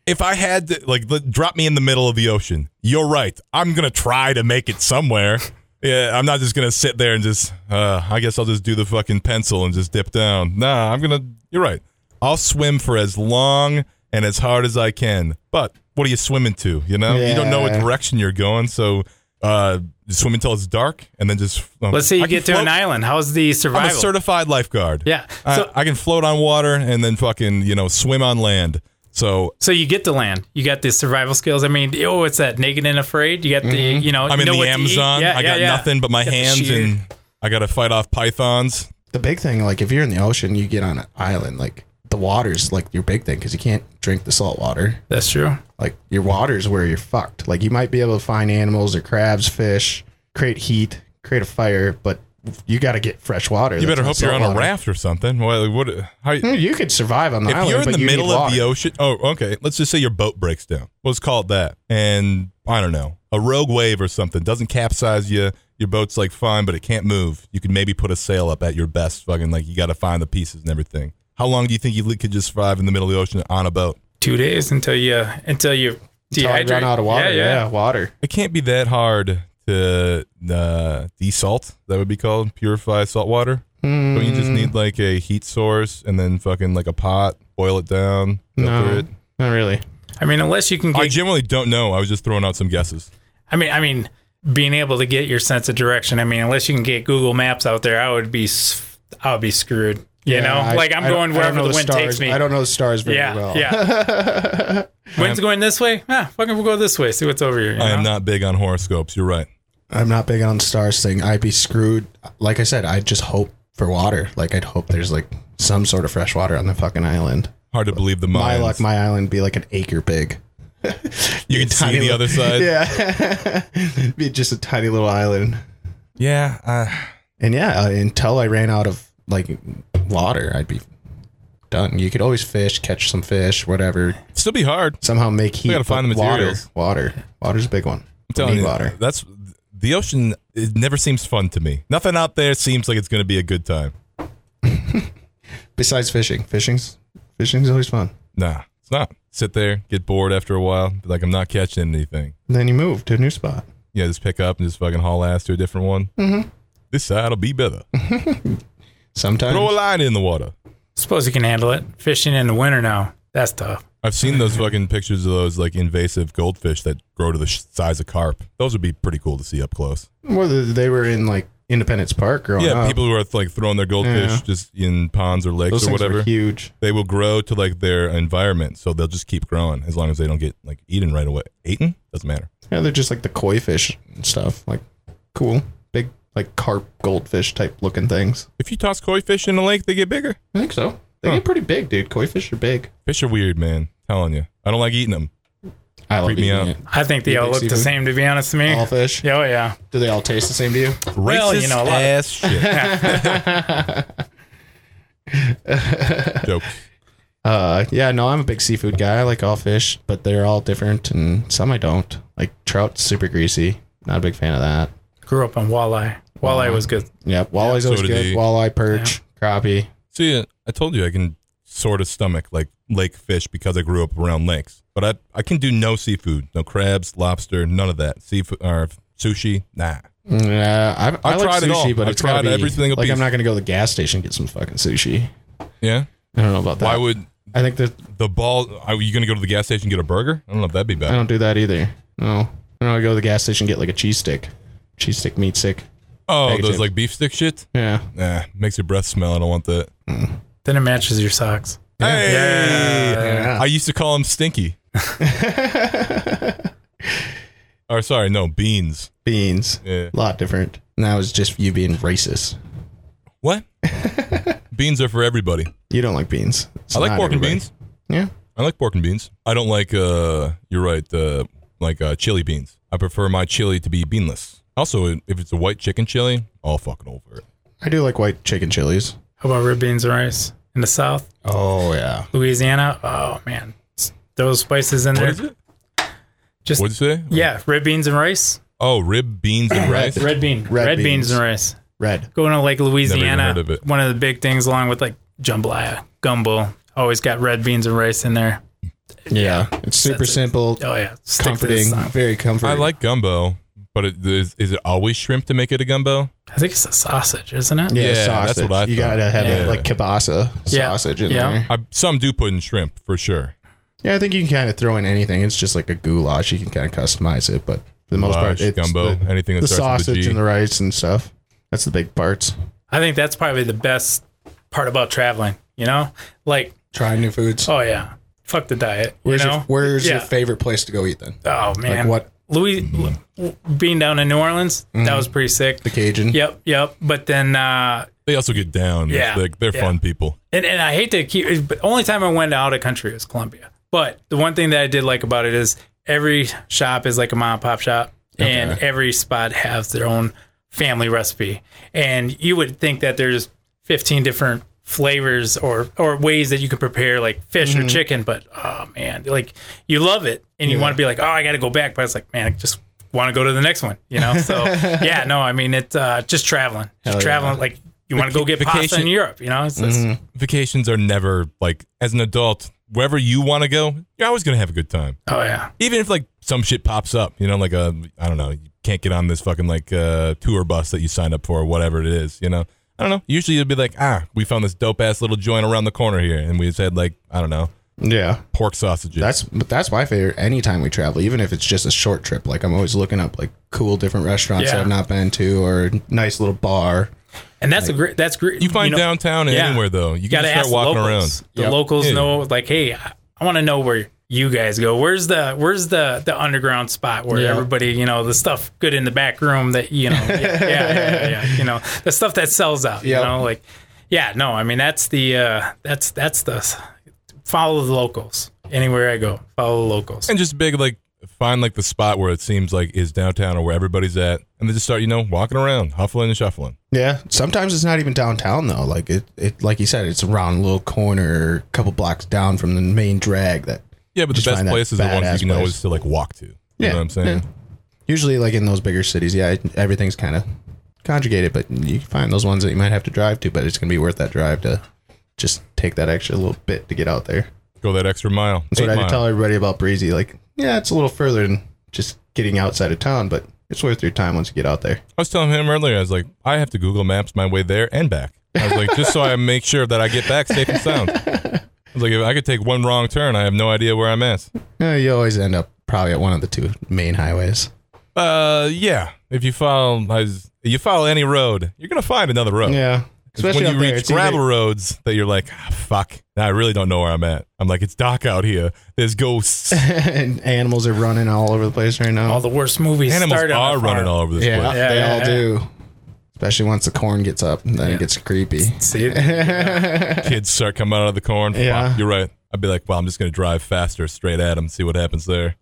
if I had to, like, let- drop me in the middle of the ocean, you're right. I'm going to try to make it somewhere. Yeah, I'm not just going to sit there and just, uh, I guess I'll just do the fucking pencil and just dip down. Nah, I'm going to, you're right. I'll swim for as long and as hard as I can. But what are you swimming to? You know, you don't know what
Yeah.
direction you're going. So, uh, swim until it's dark and then just. um,
Let's say
I
you
can
get to
float-
an island. How's the
I'm a
survival?
certified lifeguard.
yeah.
I,
So,
I can float on water and then fucking you know swim on land. So
so you get to land. You got the survival skills. I mean, oh, it's that naked and afraid. You got the, you know,
Mm-hmm. I'm
you
in
know
the
what to eat.
Amazon.
Yeah, yeah,
I got
yeah.
nothing but my
Got the
hands,
sheer-
and I got to fight off pythons.
the big thing, like if you're in the ocean, you get on an island, like the water's like your big thing because you can't drink the salt water.
That's true.
Like your water's where you're fucked. Like you might be able to find animals or crabs, fish, create heat, create a fire, but you got to get fresh water.
You better hope you're on a raft or something. Well, what? How, if
You could survive on the Hmm. island.
you're in
but
the
you
middle
need
of the
water.
ocean, oh, okay. Let's just say your boat breaks down. Let's call it that. And I don't know, a rogue wave or something doesn't capsize you. Your boat's like fine, but it can't move. You can maybe put a sail up at your best. Fucking like you got to find the pieces and everything. How long do you think you li- could just survive in the middle of the ocean on a boat?
Two days until you, until you
Until I
dehydrate.
run out of water. Yeah, water.
It can't be that hard to uh, desalt. That would be called purify salt water. Don't you just need like a heat source and then fucking like a pot, boil it down, filter
No,
it?
not really.
I mean, unless you can
I
get
generally don't know. I was just throwing out some guesses.
I mean, I mean, being able to get your sense of direction. I mean, unless you can get Google Maps out there, I would be, s- I would be screwed. You
Yeah,
know,
I-
like I'm
I don't-
going
I don't
wherever
know
the wind
stars.
takes me.
I don't know the stars very
yeah,
well.
yeah. Wind's going this way. Ah, fucking, we'll go this way. See what's over here. you
I am
know?
not big on horoscopes. You're right.
I'm not big on the stars thing. I'd be screwed. Like I said, I'd just hope for water. Like I'd hope there's like some sort of fresh water on the fucking island.
Hard to believe the
My
Mayans.
luck, my island be like an acre big.
you can see
tiny
the
little-
other side. Yeah.
Yeah, be just a tiny little island.
uh,
And yeah, uh, until I ran out of like water, I'd be done. You could always fish, catch some fish, whatever.
still be hard. I'm
Somehow make heat.
gotta find
but
the materials.
Water, water, water's a big one. We
telling
need
you,
water.
that's the ocean. It never seems fun to me. Nothing out there seems like it's going to be a good time.
Besides fishing, fishing's fishing's always fun.
Nah, it's not. Sit there, get bored after a while. be like I'm not catching anything.
Then you move to a new spot.
Yeah, just pick up and just fucking haul ass to a different one. Mm-hmm. This side'll be better.
Sometimes
Throw a line in the water.
Suppose you can handle it. Fishing in the winter now. That's tough.
I've seen those fucking pictures of those like invasive goldfish that grow to the sh- size of carp. Those would be pretty cool to see up close.
Whether they were in like Independence Park growing
yeah,
up,
people who are like throwing their goldfish
Oh, Yeah.
just in ponds or lakes
those
or
things were
whatever.
huge.
They will grow to like their environment, so they'll just keep growing as long as they don't get like eaten right away. Eaten doesn't matter.
Yeah, they're just like the koi fish and stuff. Like, cool, big like carp goldfish type looking things.
If you toss koi fish in the lake, they get bigger.
I think so. They
Huh.
get pretty big, dude. Koi fish are big.
Fish are weird, man. Telling you, I don't like eating them.
I love
Creep me
eating
out.
it.
I think they
You
all look
think
the
seafood?
same, to be honest with me.
All fish.
Yeah, oh, yeah.
Do they all taste the same to you?
Racist
Well, you know, a lot-
ass shit. Joke.
Uh, yeah, no, I'm a big seafood guy. I like all fish, but they're all different, and some I don't. Like trout, super greasy. Not a big fan of that.
Grew up on walleye. Walleye was good.
Yep, walleye's
so
always
do
good.
they.
Walleye, perch, crappie.
See, I told you I can sort of stomach like lake fish because I grew up around lakes, but I I can do no seafood, no crabs, lobster, none of that. Seafood or sushi, nah.
Yeah, I've, I
I've
like
tried it
sushi,
all.
but
I've
it's gotta
tried
be-
every single
Like
piece.
I'm not gonna go to the gas station and get some fucking sushi.
Yeah.
I don't know about that.
Why would
I think that
the ball? Are you gonna go to the gas station and get a burger? I don't know if that'd be
I
bad.
don't do that either. No, I don't go to the gas station and get like a cheese stick, cheese stick, meat stick.
Oh,
Negative.
those like beef stick shit.
Yeah,
Nah, makes your breath smell. I don't want that.
Then it matches your socks.
Hey,
Yeah.
I used to call them stinky. or sorry, no beans.
beans,
Yeah.
a lot different. And that was just you being racist.
What? beans are for everybody.
You don't like beans. It's
I like
not
pork
everybody.
and beans.
Yeah.
I like pork and beans. I don't like uh you're right, uh like uh chili beans. I prefer my chili to be beanless. Also, if it's a white chicken chili, all fucking over it.
I do like white chicken chilies.
How about red beans and rice in the South,
Oh yeah.
Louisiana? Oh man, S- those spices in there.
What is it?
Just
What'd you say?
yeah, red beans and rice.
Oh, rib, beans, and rice.
Red bean, red,
Red
beans.
beans.
and rice.
Red.
Going to Lake Louisiana,
heard of it.
one of the big things along with like jambalaya, gumbo. Always got red beans and rice in there.
Yeah. It's super
That's it.
simple,
Oh yeah, Stick to this
comforting,
song.
very comforting.
I like gumbo, but it, is, is it always shrimp to make it a gumbo?
I think it's a sausage, isn't it?
yeah,
Yeah,
sausage.
that's what I
you
thought.
gotta have
Yeah.
it like kielbasa
Yeah.
sausage in
Yeah.
there.
I, some do put in shrimp for sure.
Yeah, I think you can kind of throw in anything. It's just like a goulash. You can kind of customize it, but for the most part,
Goulash,
it's
Uh, gumbo,
the,
anything that
the
starts with a
sausage
G.
and the rice and stuff. That's the big parts.
I think that's probably the best part about traveling. You know, like
Trying new foods.
oh yeah, fuck the diet.
where's
you know,
your, where's your
Yeah.
favorite place to go eat then?
Oh man,
what- Mm-hmm.
Louis l-
Mm-hmm.
being down in New Orleans, that was pretty sick.
The Cajun.
Yep, yep. But then, uh,
They also get down.
Yeah.
They're, they're
Yeah.
fun people.
and, and I hate to keep, but only time I went out of country was Colombia. But the one thing that I did like about it is every shop is like a mom and pop shop, and every spot has their own family recipe. And you would think that there's 15 different flavors or or ways that you could prepare like fish
Mm-hmm.
or chicken, but oh man, like you love it and you want to be like, oh, I got to go back, but it's like, man, I just want to go to the next one, you know? So yeah, no, I mean, it's uh, just traveling, just
Hell yeah.
traveling. Like you want to go get pasta in
vacation-
Europe, you know? It's, it's-
Vacations are never like as an adult. Wherever you want to go, you're always gonna have a good time.
Oh yeah,
Even if like some shit pops up, you know, like a I don't know, you can't get on this fucking like uh, tour bus that you signed up for, or whatever it is, you know. I don't know. Usually it'd be like, ah, we found this dope ass little joint around the corner here, and we just had like I don't know,
Yeah.
pork sausages.
That's but that's my favorite. Anytime we travel, even if it's just a short trip, like I'm always looking up like cool different restaurants that
Yeah.
I've not been to or a nice little bar.
and that's a great. That's great.
you find
know,
downtown and
yeah.
anywhere though. You
You gotta
gotta start
ask
walking
the
around.
locals. The
Yep.
locals
Yeah.
know, like, hey, I, I want to know where you guys go. Where's the Where's the the underground spot where
Yeah.
everybody, you know, the stuff good in the back room that you know, yeah, yeah, yeah, yeah, yeah, you know, the stuff that sells out.
Yep.
You know, like, yeah, no, I mean that's the uh, that's that's the follow the locals anywhere I go. Follow the locals.
and just big like find like the spot where it seems like is downtown or where everybody's at and they just start you know walking around huffling and shuffling
Yeah. Sometimes it's not even downtown though. Like it, it like you said, it's around a little corner, a couple blocks down from the main drag. That
yeah but
Just
the best
find that
places are the ones you
badass
can always
place.
still like walk to you
Yeah,
know what i'm saying
usually like in those bigger cities, yeah, it- everything's kind of conjugated, but you can find those ones that you might have to drive to, but it's gonna be worth that drive to just take that extra little bit to get out there.
go that extra mile
That's
Eight
what I had
mile.
to tell everybody about Breezy. Like, yeah, it's a little further than just getting outside of town, but it's worth your time once you get out there.
I was telling him earlier i was like i have to google maps my way there and back i was like just so i make sure that i get back safe and sound i was like if i could take one wrong turn i have no idea where i'm at
Yeah, you always end up probably at one of the two main highways.
uh yeah if you follow I was- you follow any road you're gonna find another road
Yeah.
It's
Especially
when
up
you
there.
reach
It's either-
gravel roads that you're like, ah, fuck, I really don't know where I'm at. I'm like, it's dark out here. There's ghosts.
and animals are running all over the place right now.
All the worst movies
Animals
start on a
are
farm.
running all over this
yeah,
place.
Yeah,
they
yeah,
all
yeah.
do. especially once the corn gets up, and then it gets creepy.
See,
Kids start coming out of the corn.
Yeah.
Wow, you're right. I'd be like, well, I'm just going to drive faster straight at them, see what happens there.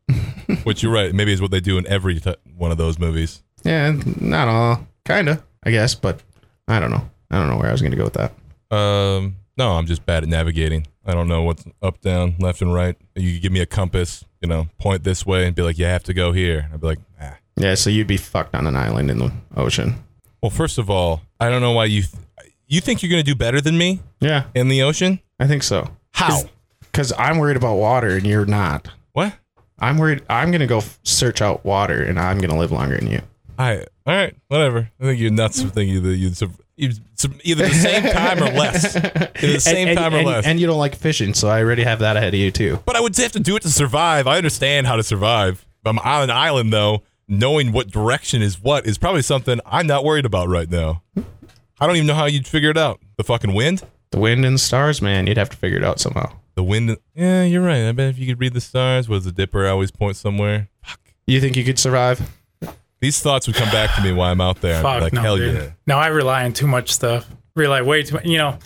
Which you're right. Maybe is what they do in every t- one of those movies.
Yeah, not all, kinda, I guess, but I don't know. I don't know where I was gonna go with that.
Um, no, I'm just bad at navigating. I don't know what's up, down, left, and right. You could give me a compass, you know, point this way and be like, you have to go here. I'd be like, ah.
Yeah, so you'd be fucked on an island in the ocean.
Well, first of all, I don't know why you th- you think you're going to do better than me
Yeah,
in the ocean.
I think so.
How?
Because I'm worried about water and you're not.
What?
I'm worried. I'm gonna go f- search out water and I'm gonna live longer than you.
I all right, whatever. I think you're nuts for thinking that you'd, sub, you'd sub, either the same time or less. Either the same
and,
time
and,
or less.
And you don't like fishing, so I already have that ahead of you too.
but I would have to do it to survive. I understand how to survive. If I'm on an island though, knowing what direction is what is probably something I'm not worried about right now. I don't even know how you'd figure it out. The fucking wind?
The wind and the stars, man. You'd have to figure it out somehow.
The wind Yeah, you're right. I bet if you could read the stars, was the dipper always point somewhere?
You think you could survive?
These thoughts would come back to me while I'm out there. I'd be
fuck
like,
no,
hell
dude.
yeah.
No, I rely on too much stuff. Rely way too. much. You know,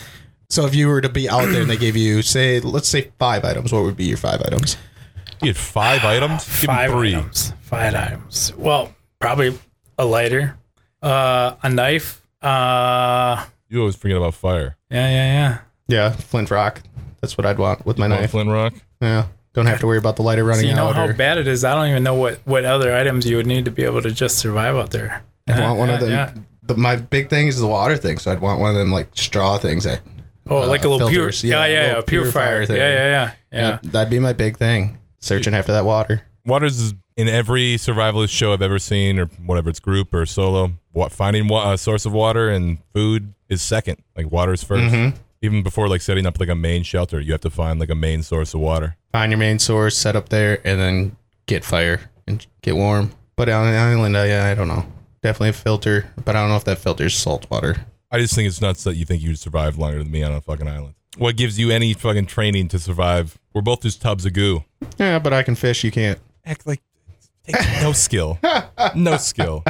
So if you were to be out there and they gave you, say, let's say five items, what would be your five items?
You had five items? Give me
five
three.
items. Five items. Well, probably a lighter, uh, a knife. Uh,
You always forget about fire.
yeah, yeah, yeah.
Yeah, flint rock. That's what I'd want with my
Come on,
knife.
Flint Rock.
Yeah, don't have to worry about the lighter running
you know
out.
how
or
bad it is. I don't even know what what other items you would need to be able to just survive out there.
I'd want one of
Yeah,
them.
yeah.
The, my big thing is the water thing, so I'd want one of them like straw things. That,
Oh,
Uh,
like a little
filters,
pure. Yeah,
yeah,
yeah, yeah.
little
a purifier.
purifier thing.
Yeah, yeah, yeah, yeah.
that'd be my big thing. Searching after that water.
Waters in every survivalist show I've ever seen, or whatever it's group or solo. What finding wa- a source of water and food is second. Like water's 1st Even before like setting up like a main shelter, you have to find like a main source of water.
Find your main source, set up there, and then get fire and get warm. But on an island, I, I don't know. Definitely a filter, but I don't know if that filters salt water.
I just think it's nuts that you think you'd survive longer than me on a fucking island. What gives you any fucking training to survive? We're both just tubs of goo.
Yeah, but I can fish. You can't.
Act like takes no skill, no skill.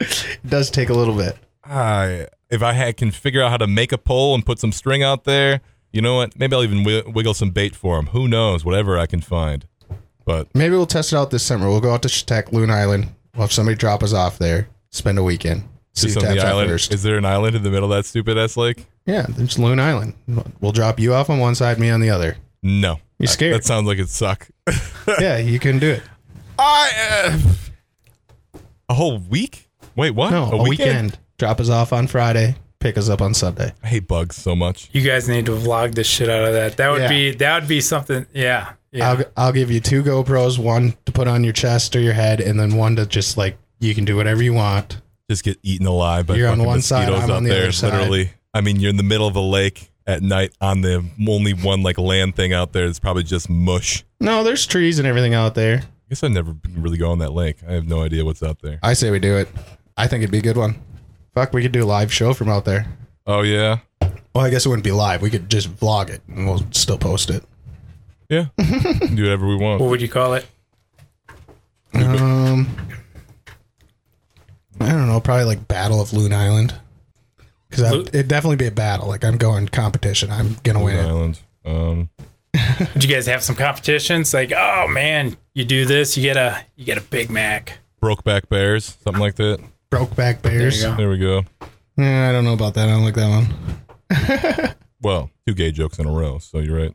It does take a little bit.
I if I had, can figure out how to make a pole and put some string out there, you know what? Maybe I'll even wi- wiggle some bait for him. Who knows? Whatever I can find. But
Maybe we'll test it out this summer. We'll go out to Shtakloon Island. We'll have somebody drop us off there. Spend a weekend. See
just
who
on the
taps out
island,
first.
is there an island in the middle of that stupid ass lake?
yeah, there's Loon Island. We'll drop you off on one side, me on the other.
No.
You
I-
scared.
That sounds like it'd suck.
yeah, you can do it.
I uh, a whole week? Wait, what?
uh, No, a, weekend? Drop us off on Friday. Pick us up on Sunday.
I hate bugs so much.
You guys need to vlog the shit out of that. That would
Yeah.
be that would be something. Yeah, yeah.
I'll I'll give you two GoPros, one to put on your chest or your head, and then one to just like you can do whatever you want.
Just get eaten alive by
You're on
fucking
one side,
mosquitoes
I'm
out
on the
there.
other side.
Literally. I mean, you're in the middle of a lake at night on the only one like land thing out there. It's probably just mush.
No, there's trees and everything out there.
I guess I never really go on that lake. I have no idea what's out there.
I say we do it. I think it'd be a good one. Fuck, we could do a live show from out there.
Oh yeah,
Well, I guess it wouldn't be live. We could just vlog it and we'll still post it.
yeah. Do whatever we want.
what
Oh,
would you call it?
Um, I don't know. Probably like Battle of Loon Island. Because
Lo-
it'd definitely be a battle. Like I'm going competition. I'm gonna win it.
Island. Um,
Did you guys have some competitions? Like, oh man, you do this, you get a you get a Big Mac.
Brokeback Bears, something like that.
Brokeback Bears.
go.
There we go.
Yeah, I don't know about that. I don't like that one.
Well, two gay jokes in a row. So you're right.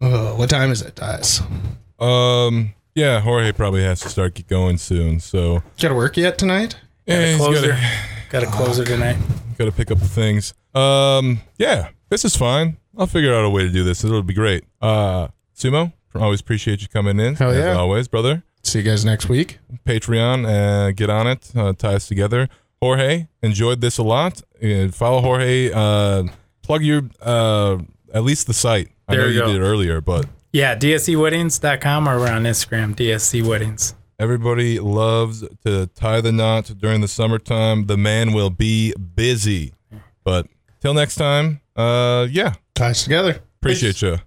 Oh, what time is it, guys?
Um, yeah. Jorge probably has to start get going soon. So
Got to work yet tonight?
yeah, he's
Closer,
gotta,
got a closer tonight.
gotta pick up the things. Um, yeah. This is fine. I'll figure out a way to do this. It'll be great. Uh, Sumo, always appreciate you coming in.
Hell
as
yeah.
Always, brother.
See you guys next week.
Patreon. Uh, get on it. Uh, tie us together. Jorge enjoyed this a lot. Uh, follow Jorge. Uh, plug your uh, at least the site. I
There
know
you
you
go.
did earlier, but
Yeah, dscweddings.com or we're on Instagram, dscweddings.
everybody loves to tie the knot during the summertime. The man will be busy. But till next time, uh, yeah,
Ties together.
appreciate you.